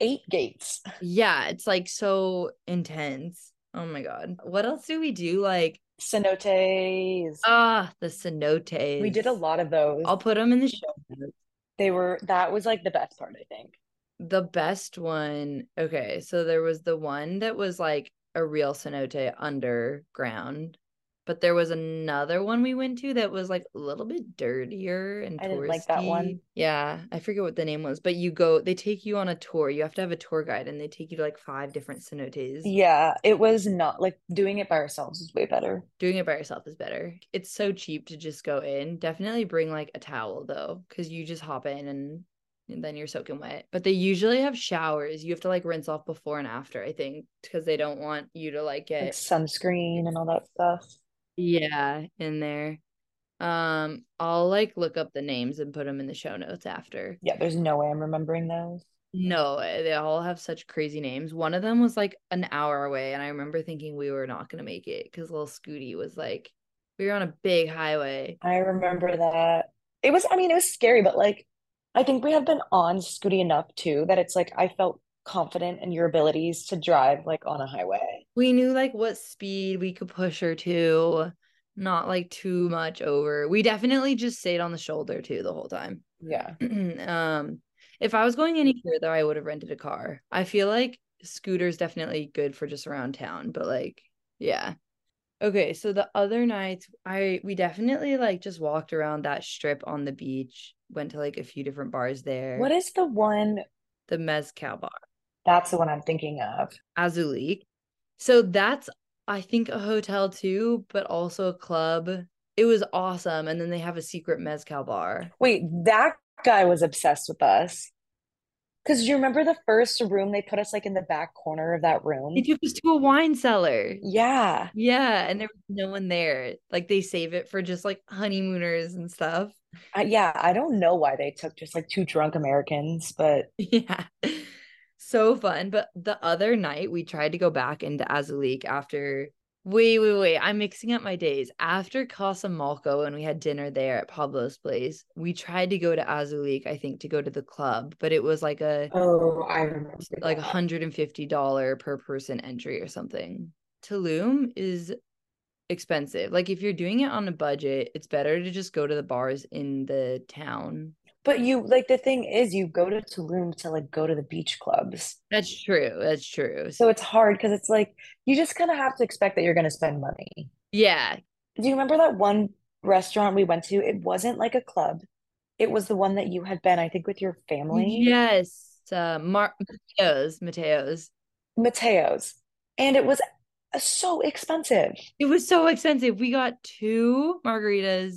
[SPEAKER 3] eight gates.
[SPEAKER 2] Yeah, it's like so intense. Oh my God. What else do we do? Like,
[SPEAKER 3] Cenotes.
[SPEAKER 2] ah, the cenotes.
[SPEAKER 3] Um, We did a lot of those.
[SPEAKER 2] I'll put them in the
[SPEAKER 3] (laughs)
[SPEAKER 2] show notes.
[SPEAKER 3] They were that was like the best part, I think.
[SPEAKER 2] The best one. Okay, so there was the one that was like a real cenote underground, but there was another one we went to that was like a little bit dirtier and
[SPEAKER 3] I
[SPEAKER 2] touristy.
[SPEAKER 3] didn't like that one.
[SPEAKER 2] Yeah, I forget what the name was, but you go. They take you on a tour. You have to have a tour guide, and they take you to like five different cenotes.
[SPEAKER 3] Yeah, it was not like doing it by ourselves is way better.
[SPEAKER 2] Doing it by yourself is better. It's so cheap to just go in. Definitely bring like a towel though, because you just hop in and, and then you're soaking wet. But they usually have showers. You have to like rinse off before and after, I think, because they don't want you to like
[SPEAKER 3] Like
[SPEAKER 2] get
[SPEAKER 3] sunscreen and all that stuff.
[SPEAKER 2] yeah in there. Um, I'll like look up the names and put them in the show notes after.
[SPEAKER 3] Yeah, there's no way I'm remembering those.
[SPEAKER 2] No, eh, they all have such crazy names. One of them was like an hour away, and I remember thinking we were not gonna make it because little Scooty was like, we were on a big highway.
[SPEAKER 3] I remember that. It was, I mean, it was scary, but like I think we have been on Scooty enough too that it's like I felt confident in your abilities to drive like on a highway.
[SPEAKER 2] We knew like what speed we could push her to, not like too much over. We definitely just stayed on the shoulder too the whole time. (clears throat)
[SPEAKER 3] Yeah.
[SPEAKER 2] um, if I was going anywhere though, I would have rented a car. I feel like scooter's definitely good for just around town, but like, yeah. Okay, so the other nights I we definitely like just walked around that strip on the beach, went to like a few different bars there.
[SPEAKER 3] What is the one?
[SPEAKER 2] the Mezcal bar?
[SPEAKER 3] That's the one I'm thinking of.
[SPEAKER 2] Azulik. So that's I think a hotel too, but also a club. It was awesome. And then they have a secret mezcal bar.
[SPEAKER 3] Wait, that guy was obsessed with us. Because you remember the first room they put us like in the back corner of that room?
[SPEAKER 2] They took us to a wine cellar.
[SPEAKER 3] Yeah.
[SPEAKER 2] Yeah, and there was no one there. Like they save it for just like honeymooners and stuff.
[SPEAKER 3] I, yeah. I don't know why they took just like two drunk Americans, but
[SPEAKER 2] (laughs) Yeah. So fun. But the other night we tried to go back into Azulik after wait, wait, wait. I'm mixing up my days. After Casa Malco and we had dinner there at Pablo's place, we tried to go to Azulik, I think, to go to the club, but it was like a
[SPEAKER 3] oh, I remember
[SPEAKER 2] like
[SPEAKER 3] that.
[SPEAKER 2] $150 per person entry or something. Tulum is expensive. Like if you're doing it on a budget, it's better to just go to the bars in the town.
[SPEAKER 3] But you like the thing is, you go to Tulum to like go to the beach clubs.
[SPEAKER 2] That's true. That's true.
[SPEAKER 3] So it's hard because it's like you just kind of have to expect that you're going to spend money.
[SPEAKER 2] yeah,
[SPEAKER 3] Do you remember that one restaurant we went to? It wasn't like a club. It was the one that you had been, I think, with your family,
[SPEAKER 2] Yes, uh, Mar- Mateo's, Mateo's.
[SPEAKER 3] Mateo's. And it was uh, so expensive.
[SPEAKER 2] It was so expensive. We got two margaritas,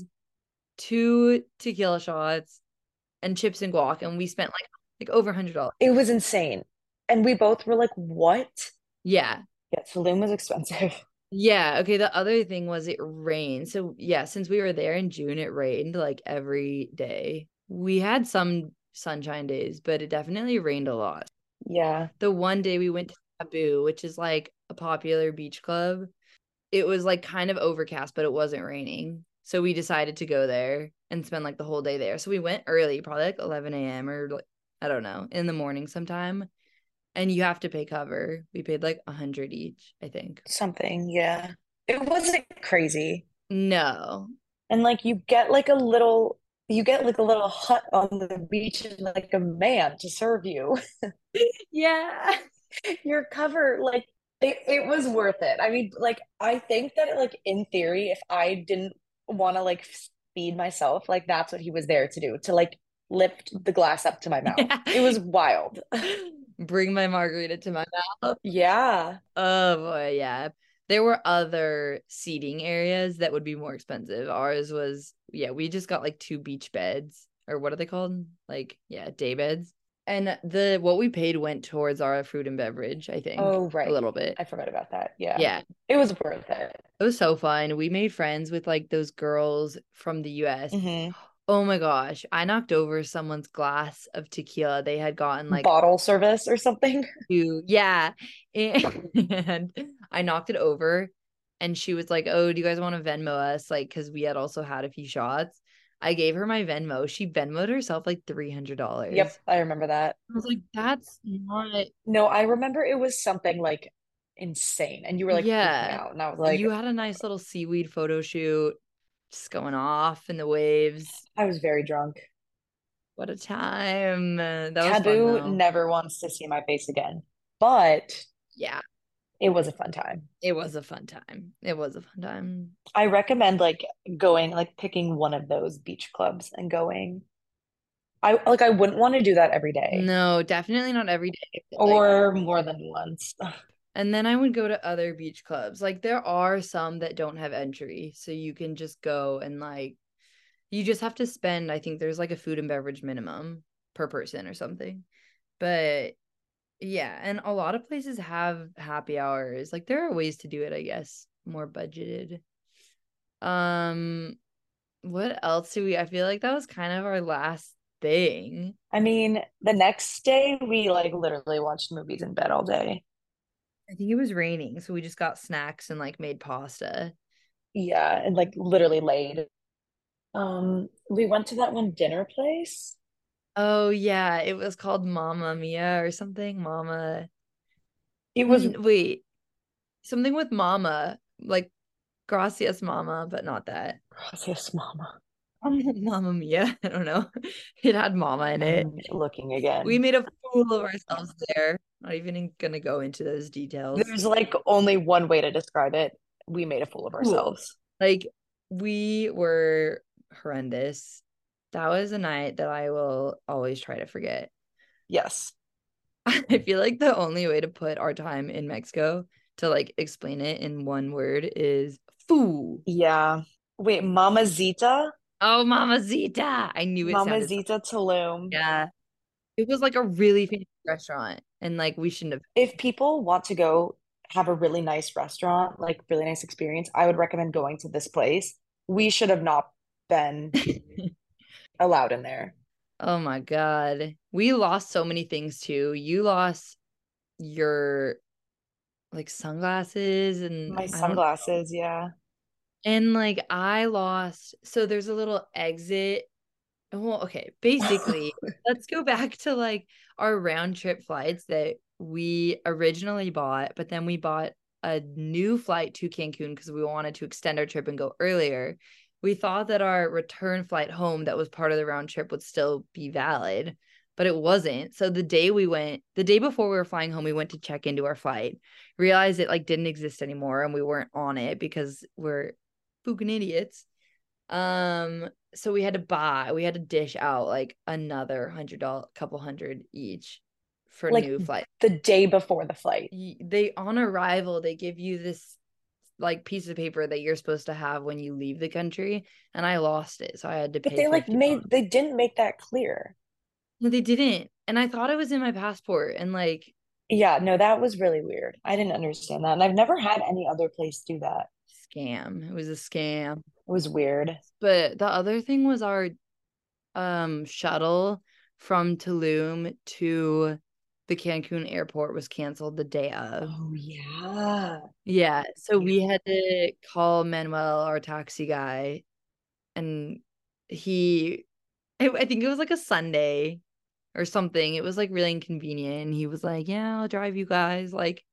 [SPEAKER 2] two tequila shots, and chips and guac, and we spent like like over a hundred dollars.
[SPEAKER 3] It was insane. And we both were like, what?
[SPEAKER 2] Yeah,
[SPEAKER 3] Yeah, Tulum was expensive. (laughs)
[SPEAKER 2] yeah. Okay. The other thing was it rained. So yeah, since we were there in June, it rained like every day. We had some sunshine days, but it definitely rained a lot.
[SPEAKER 3] Yeah.
[SPEAKER 2] the one day we went to Taboo, which is like a popular beach club, it was like kind of overcast, but it wasn't raining. So we decided to go there and spend like the whole day there. So we went early, probably like 11 a.m. or like, I don't know, in the morning sometime. And you have to pay cover. We paid like a 100 each, I think.
[SPEAKER 3] Something. Yeah. It wasn't crazy.
[SPEAKER 2] No.
[SPEAKER 3] And like you get like a little, you get like a little hut on the beach and like a man to serve you.
[SPEAKER 2] Yeah.
[SPEAKER 3] your cover like it, it was worth it i mean like i think that like in theory if i didn't want to like feed myself like that's what he was there to do to like lift the glass up
[SPEAKER 2] (laughs)
[SPEAKER 3] to my mouth it was wild
[SPEAKER 2] Bring my margarita to my mouth.
[SPEAKER 3] yeah
[SPEAKER 2] Oh boy, yeah. There were other seating areas that would be more expensive. Ours was, yeah, we just got like two beach beds or what are they called? Like, yeah, day beds. And the what we paid went towards our food and beverage, I think,
[SPEAKER 3] oh
[SPEAKER 2] a
[SPEAKER 3] right
[SPEAKER 2] little bit.
[SPEAKER 3] i forgot about that yeah
[SPEAKER 2] Yeah,
[SPEAKER 3] it was worth it
[SPEAKER 2] it was so fun. We made friends with like those girls from the US.
[SPEAKER 3] Mm-hmm.
[SPEAKER 2] Oh my gosh, I knocked over someone's glass of tequila. They had gotten like
[SPEAKER 3] bottle service
[SPEAKER 2] (laughs)
[SPEAKER 3] or something
[SPEAKER 2] you. Yeah. (laughs) And I knocked it over and she was like, Oh, do you guys want to Venmo us? Like, cause we had also had a few shots. I gave her my Venmo. She Venmoed herself like $300.
[SPEAKER 3] yep i remember that
[SPEAKER 2] I was like, That's not,
[SPEAKER 3] no i remember it was something like insane and you were like freaking
[SPEAKER 2] Yeah.
[SPEAKER 3] out and i was (laughs) like
[SPEAKER 2] you had a nice little seaweed photo shoot just going off in the waves.
[SPEAKER 3] i was very drunk
[SPEAKER 2] What a time. Uh, That was fun,
[SPEAKER 3] Taboo
[SPEAKER 2] though.
[SPEAKER 3] never wants to see my face again, but
[SPEAKER 2] yeah.
[SPEAKER 3] it was a fun time.
[SPEAKER 2] It was a fun time. It was a fun time.
[SPEAKER 3] I recommend like going, like picking one of those beach clubs and going. I like I wouldn't want to do that every day
[SPEAKER 2] No, definitely not every day. but, like-
[SPEAKER 3] or more than once.
[SPEAKER 2] And then I would go to other beach clubs. Like there are some that don't have entry, so you can just go and like you just have to spend, I think there's like a food and beverage minimum per person or something. But yeah, and a lot of places have happy hours. Like there are ways to do it, I guess, more budgeted. Um what else do we I feel like that was kind of our last thing.
[SPEAKER 3] I mean, the next day we like literally watched movies in bed all day.
[SPEAKER 2] I think it was raining, so we just got snacks and like made pasta.
[SPEAKER 3] Yeah, and like literally laid. Um, we went to that one dinner place.
[SPEAKER 2] Oh yeah, it was called Mama Mia or something. Mama.
[SPEAKER 3] It was
[SPEAKER 2] N- wait, something with Mama, like Gracias Mama, but not that. (laughs)
[SPEAKER 3] Gracias, Mama.
[SPEAKER 2] Mama Mia. I don't know. (laughs) It had Mama in it.
[SPEAKER 3] I'm looking again.
[SPEAKER 2] We made a fool of ourselves there. Not even gonna go into those details.
[SPEAKER 3] There's like only one way to describe it. We made a fool of ourselves.
[SPEAKER 2] like we were horrendous. That was a night that I will always try to forget.
[SPEAKER 3] Yes.
[SPEAKER 2] (laughs) I feel like the only way to put our time in Mexico to like explain it in one word is foo.
[SPEAKER 3] Yeah. Wait, Mama Zita?
[SPEAKER 2] Oh, Mamazita. I knew it
[SPEAKER 3] Mama
[SPEAKER 2] sounded
[SPEAKER 3] Zita Tulum.
[SPEAKER 2] Yeah. (laughs) It was like a really fancy restaurant and like we shouldn't have
[SPEAKER 3] If people want to go have a really nice restaurant, like really nice experience, I would recommend going to this place. We should have not been allowed in there.
[SPEAKER 2] (laughs) Oh my God. We lost so many things too. You lost your like sunglasses and
[SPEAKER 3] My
[SPEAKER 2] Mm, I don't-
[SPEAKER 3] sunglasses, yeah.
[SPEAKER 2] And like I lost, so there's a little exit. Well, okay, basically, let's go back to like our round trip flights that we originally bought, but then we bought a new flight to Cancun because we wanted to extend our trip and go earlier. We thought that our return flight home that was part of the round trip would still be valid, but it wasn't. So the day we went, the day before we were flying home, we went to check into our flight, realized it like didn't exist anymore and we weren't on it because we're fucking idiots. Um, so we had to buy, we had to dish out like another hundred dollar, couple hundred each for
[SPEAKER 3] Like,
[SPEAKER 2] new flight.
[SPEAKER 3] The day before the flight.
[SPEAKER 2] Y- They on arrival, they give you this like piece of paper that you're supposed to have when you leave the country, and I lost it, so I had to
[SPEAKER 3] But
[SPEAKER 2] pay.
[SPEAKER 3] they like
[SPEAKER 2] $50.
[SPEAKER 3] made they didn't make that clear.
[SPEAKER 2] No, they didn't, and I thought it was in my passport, and like
[SPEAKER 3] Yeah, no, that was really weird. I didn't understand that. And I've never had any other place do that.
[SPEAKER 2] scam. It was a scam.
[SPEAKER 3] It was weird.
[SPEAKER 2] But the other thing was our um shuttle from Tulum to the Cancun airport was canceled the day of.
[SPEAKER 3] Oh yeah.
[SPEAKER 2] Yeah, so we had to call Manuel, our taxi guy, and he I, I think it was like a Sunday or something. It was like really inconvenient. And he was like, "Yeah, I'll drive you guys like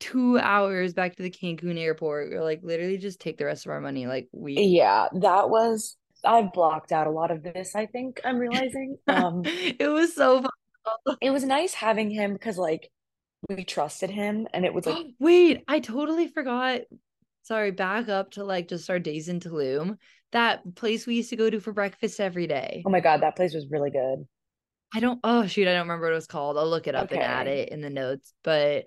[SPEAKER 2] 2 hours back to the Cancun airport." We are like, "Literally just take the rest of our money." Like we
[SPEAKER 3] Yeah, that was I've blocked out a lot of this, I think (laughs) I'm realizing.
[SPEAKER 2] (laughs)
[SPEAKER 3] Um,
[SPEAKER 2] It was so fun.
[SPEAKER 3] it was nice having him because like we trusted him and it was (gasps) like
[SPEAKER 2] (gasps) Wait, I totally forgot. Sorry, back up to like just our days in Tulum. That place we used to go to for breakfast every day.
[SPEAKER 3] oh my God, that place was really good.
[SPEAKER 2] I don't, oh shoot, I don't remember what it was called. I'll look it up and add
[SPEAKER 3] Okay.
[SPEAKER 2] it in the notes. But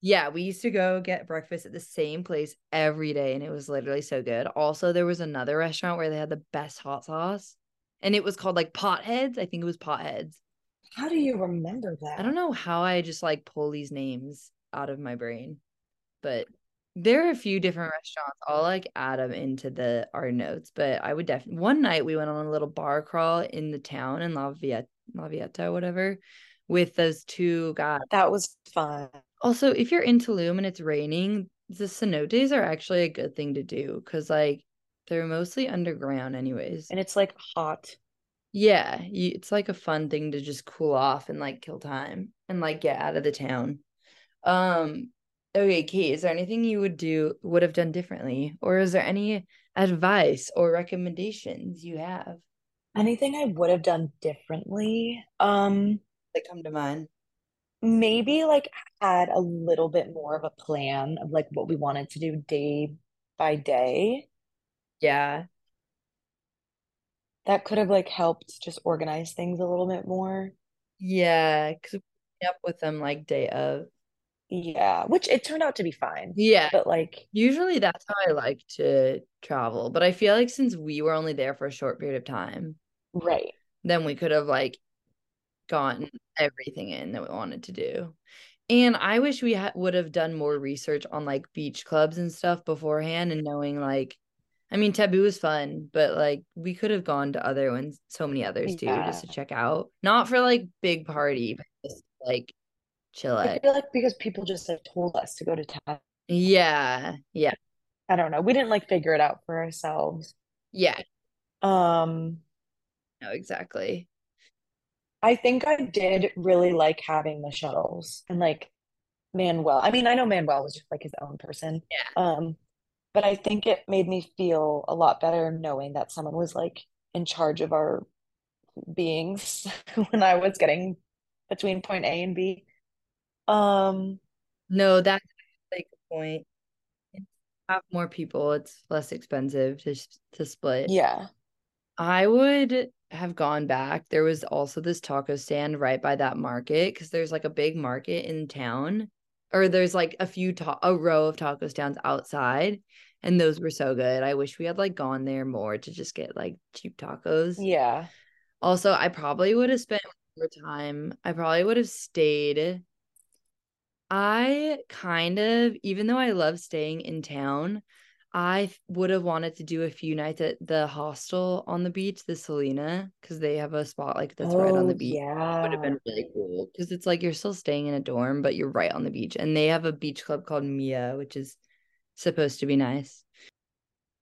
[SPEAKER 2] yeah, we used to go get breakfast at the same place every day and it was literally so good. Also, there was another restaurant where they had the best hot sauce and it was called like Potheads. I think it was Potheads.
[SPEAKER 3] How do you remember
[SPEAKER 2] I don't
[SPEAKER 3] that?
[SPEAKER 2] know how I just like pull these names out of my brain, but there are a few different restaurants. I'll like add them into the our notes, but I would definitely one night we went on a little bar crawl in the town in La Vieta, La Vieta, whatever, with those two guys.
[SPEAKER 3] That was fun.
[SPEAKER 2] Also, if you're in Tulum and it's raining, the cenotes are actually a good thing to do because like they're mostly underground anyways.
[SPEAKER 3] And it's like hot.
[SPEAKER 2] Yeah, you, it's like a fun thing to just cool off and like kill time and like get out of the town. Um, okay, Kate, is there anything you would do would have done differently, or is there any advice or recommendations you have
[SPEAKER 3] Anything I would have done differently? Um,
[SPEAKER 2] that come to mind?
[SPEAKER 3] maybe like had a little bit more of a plan of like what we wanted to do day by day.
[SPEAKER 2] Yeah,
[SPEAKER 3] That could have like helped just organize things a little bit more.
[SPEAKER 2] yeah, because we meet up with them like day of.
[SPEAKER 3] Yeah, which it turned out to be fine.
[SPEAKER 2] Yeah,
[SPEAKER 3] But like,
[SPEAKER 2] usually that's how I like to travel, but I feel like since we were only there for a short period of time,
[SPEAKER 3] right.
[SPEAKER 2] then we could have like gotten everything in that we wanted to do. And I wish we ha- would have done more research on like beach clubs and stuff beforehand and knowing like I mean Taboo was fun, but like we could have gone to other ones, so many others too, just to check out. Not for like big party, but just like chill
[SPEAKER 3] I
[SPEAKER 2] out.
[SPEAKER 3] feel like because people just like told us to go to town.
[SPEAKER 2] Yeah. Yeah.
[SPEAKER 3] I don't know. We didn't like figure it out for ourselves.
[SPEAKER 2] Yeah.
[SPEAKER 3] Um,
[SPEAKER 2] No, exactly.
[SPEAKER 3] I think I did really like having the shuttles and like Manuel. I mean, I know Manuel was just like his own person.
[SPEAKER 2] Yeah.
[SPEAKER 3] Um, but I think it made me feel a lot better knowing that someone was like in charge of our beings (laughs) when I was getting between point A and B. Um,
[SPEAKER 2] No, that's like the point. Have more people, it's less expensive to s- to split.
[SPEAKER 3] yeah.
[SPEAKER 2] I would have gone back. There was also this taco stand right by that market because there's like a big market in town, or there's like a few ta- a row of taco stands outside, and those were so good. I wish we had like gone there more to just get like cheap tacos.
[SPEAKER 3] Yeah.
[SPEAKER 2] Also, I probably would have spent more time. I probably would have stayed. I kind of, even though I love staying in town, I f- would have wanted to do a few nights at the hostel on the beach, the Selena, because they have a spot like that's right on
[SPEAKER 3] Oh,
[SPEAKER 2] the beach. Would have
[SPEAKER 3] yeah.
[SPEAKER 2] been really cool because it's like you're still staying in a dorm, but you're right on the beach, and they have a beach club called Mia, which is supposed to be nice.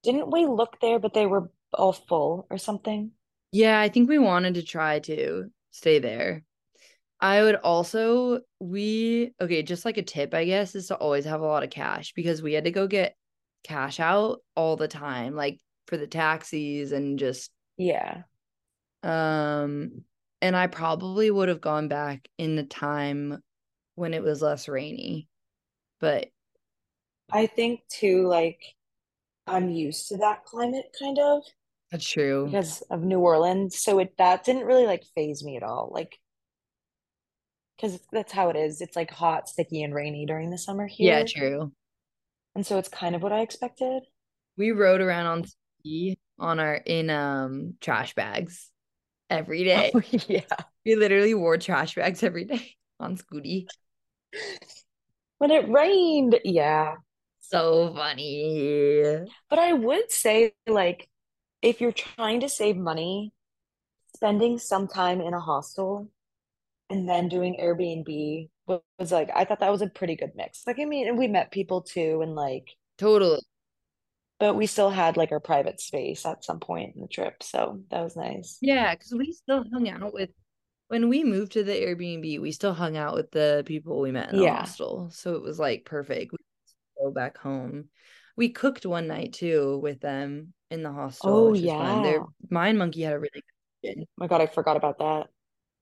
[SPEAKER 3] Didn't we look there, but they were all full or something?
[SPEAKER 2] Yeah, I think we wanted to try to stay there. I would also, we, okay, just like a tip, I guess, is to always have a lot of cash because we had to go get cash out all the time, like for the taxis and just,
[SPEAKER 3] Yeah.
[SPEAKER 2] um, and I probably would have gone back in the time when it was less rainy, but
[SPEAKER 3] I think too, like I'm used to that climate kind of
[SPEAKER 2] that's true.
[SPEAKER 3] because of New Orleans. So it that didn't really like phase me at all. Like because that's how it is. It's like hot, sticky, and rainy during the summer
[SPEAKER 2] Yeah,
[SPEAKER 3] here.
[SPEAKER 2] true.
[SPEAKER 3] And so it's kind of what I expected.
[SPEAKER 2] We rode around on ski on our, in, um, trash bags every day.
[SPEAKER 3] Oh, (laughs) yeah.
[SPEAKER 2] We literally wore trash bags every day (laughs) on Scooty.
[SPEAKER 3] When it rained, yeah.
[SPEAKER 2] So funny.
[SPEAKER 3] But I would say, like, if you're trying to save money, spending some time in a hostel and then doing Airbnb wa- was, like, I thought that was a pretty good mix. Like, I mean, and we met people too, and like,
[SPEAKER 2] Totally.
[SPEAKER 3] but we still had like our private space at some point in the trip. So that was nice.
[SPEAKER 2] Yeah, because we still hung out with when we moved to the Airbnb, we still hung out with the people we met in the
[SPEAKER 3] Yeah.
[SPEAKER 2] hostel. So it was like perfect. We could go back home. We cooked one night too with them in the hostel,
[SPEAKER 3] Oh,
[SPEAKER 2] which was fun. Their
[SPEAKER 3] yeah.
[SPEAKER 2] Mind Monkey had a really good kitchen.
[SPEAKER 3] My God, I forgot about that.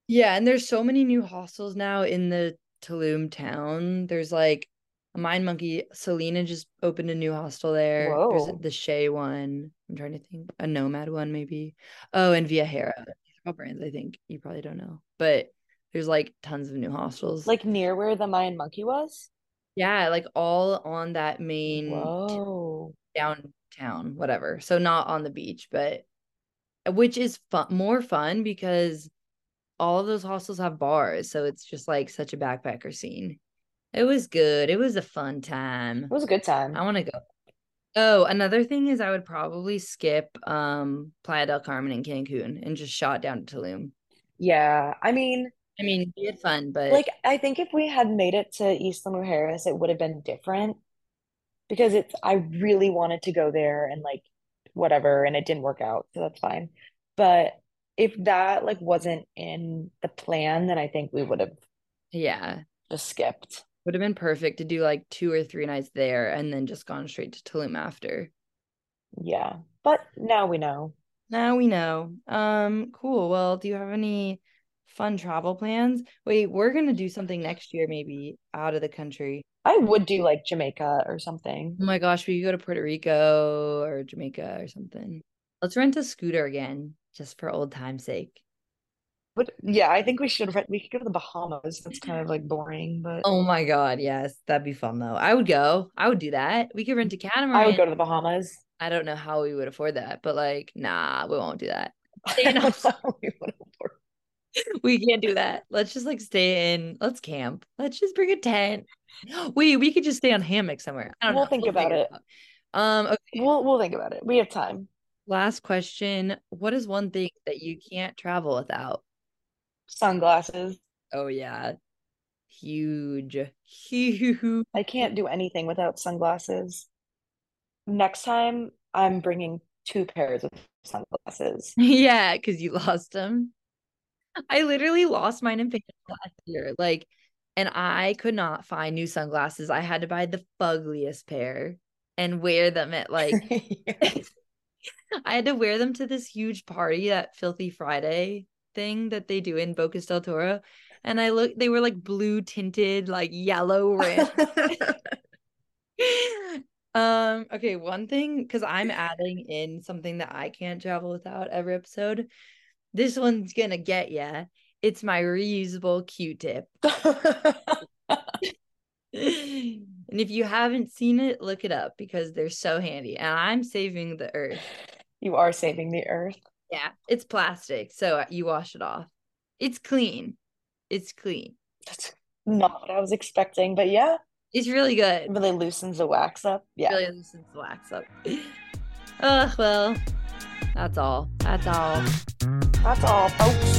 [SPEAKER 2] Yeah, and there's so many new hostels now in the Tulum town. There's like a Mind Monkey. Selena just opened a new hostel there. There's
[SPEAKER 3] Whoa.
[SPEAKER 2] the Shea one. I'm trying to think. A Nomad one, maybe. Oh, and Viajera. These are all brands I think you probably don't know. But there's like tons of new hostels.
[SPEAKER 3] Like near where the Mayan monkey was?
[SPEAKER 2] Yeah, like all on that main t-
[SPEAKER 3] Whoa.
[SPEAKER 2] downtown, whatever. So not on the beach, but uh, which is fun more fun because all of those hostels have bars, so it's just like such a backpacker scene. It was good. It was a fun
[SPEAKER 3] It
[SPEAKER 2] time.
[SPEAKER 3] was a good time.
[SPEAKER 2] I want to go. Oh, another thing is I would probably skip um Playa del Carmen and Cancun and just shot down to Tulum.
[SPEAKER 3] Yeah. I mean,
[SPEAKER 2] I mean, we had fun, but
[SPEAKER 3] like, I think if we had made it to Isla Mujeres, it would have been different because it's, I really wanted to go there and like whatever, and it didn't work out. So that's fine. But if that like wasn't in the plan, then I think we would have
[SPEAKER 2] yeah,
[SPEAKER 3] just skipped.
[SPEAKER 2] would have been perfect to do like two or three nights there and then just gone straight to Tulum after.
[SPEAKER 3] Yeah. But now we know.
[SPEAKER 2] Now we know. Um, cool. Well, do you have any fun travel plans? Wait, we're gonna do something next year, maybe out of the country.
[SPEAKER 3] I would do like Jamaica or something.
[SPEAKER 2] Oh my gosh, we could go to Puerto Rico or Jamaica or something. Let's rent a scooter again, just for old time's sake.
[SPEAKER 3] But yeah, I think we should rent, we could go to the Bahamas. That's kind of like boring, but
[SPEAKER 2] Oh my God, yes, that'd be fun though. I would go. I would do that. We could rent a
[SPEAKER 3] I would
[SPEAKER 2] catamaran.
[SPEAKER 3] go to the Bahamas.
[SPEAKER 2] I don't know how we would afford that, but like, nah, we won't do that. Stay
[SPEAKER 3] (laughs)
[SPEAKER 2] in hostels.
[SPEAKER 3] We would've worked.
[SPEAKER 2] We can't do that. Let's just like stay in. Let's camp. Let's just bring a tent. (gasps) Wait, we could just stay on hammock somewhere. I don't
[SPEAKER 3] We'll
[SPEAKER 2] know.
[SPEAKER 3] think about
[SPEAKER 2] figure
[SPEAKER 3] it.
[SPEAKER 2] out. Um, okay,
[SPEAKER 3] We'll we'll think about it. We have time.
[SPEAKER 2] last question. What is one thing that you can't travel without?
[SPEAKER 3] Sunglasses.
[SPEAKER 2] Oh yeah. Huge. Huge. (laughs)
[SPEAKER 3] I can't do anything without sunglasses. Next time, I'm bringing two pairs of sunglasses.
[SPEAKER 2] Yeah, because you lost them. I literally lost mine in Phantom last year. Like, and I could not find new sunglasses. I had to buy the fuggliest pair and wear them at (laughs) like I had to wear them to this huge party, that filthy Friday thing that they do in Bocas del Toro. And I look they were like blue tinted, like yellow
[SPEAKER 3] (laughs)
[SPEAKER 2] rim. (laughs) um, okay, one thing, because I'm adding in something that I can't travel without every episode. This one's gonna get ya. It's my reusable Q tip. (laughs) and if you haven't seen it, look it up because they're so handy. And I'm saving the earth.
[SPEAKER 3] (laughs) you are saving the earth.
[SPEAKER 2] Yeah, it's plastic, so you wash it off. It's clean. It's clean.
[SPEAKER 3] That's not what I was expecting, but yeah,
[SPEAKER 2] It's really
[SPEAKER 3] it
[SPEAKER 2] good.
[SPEAKER 3] really loosens the wax up. Yeah.
[SPEAKER 2] Really loosens the wax up. (gasps) Ugh, well, that's all. That's all.
[SPEAKER 3] That's all, folks.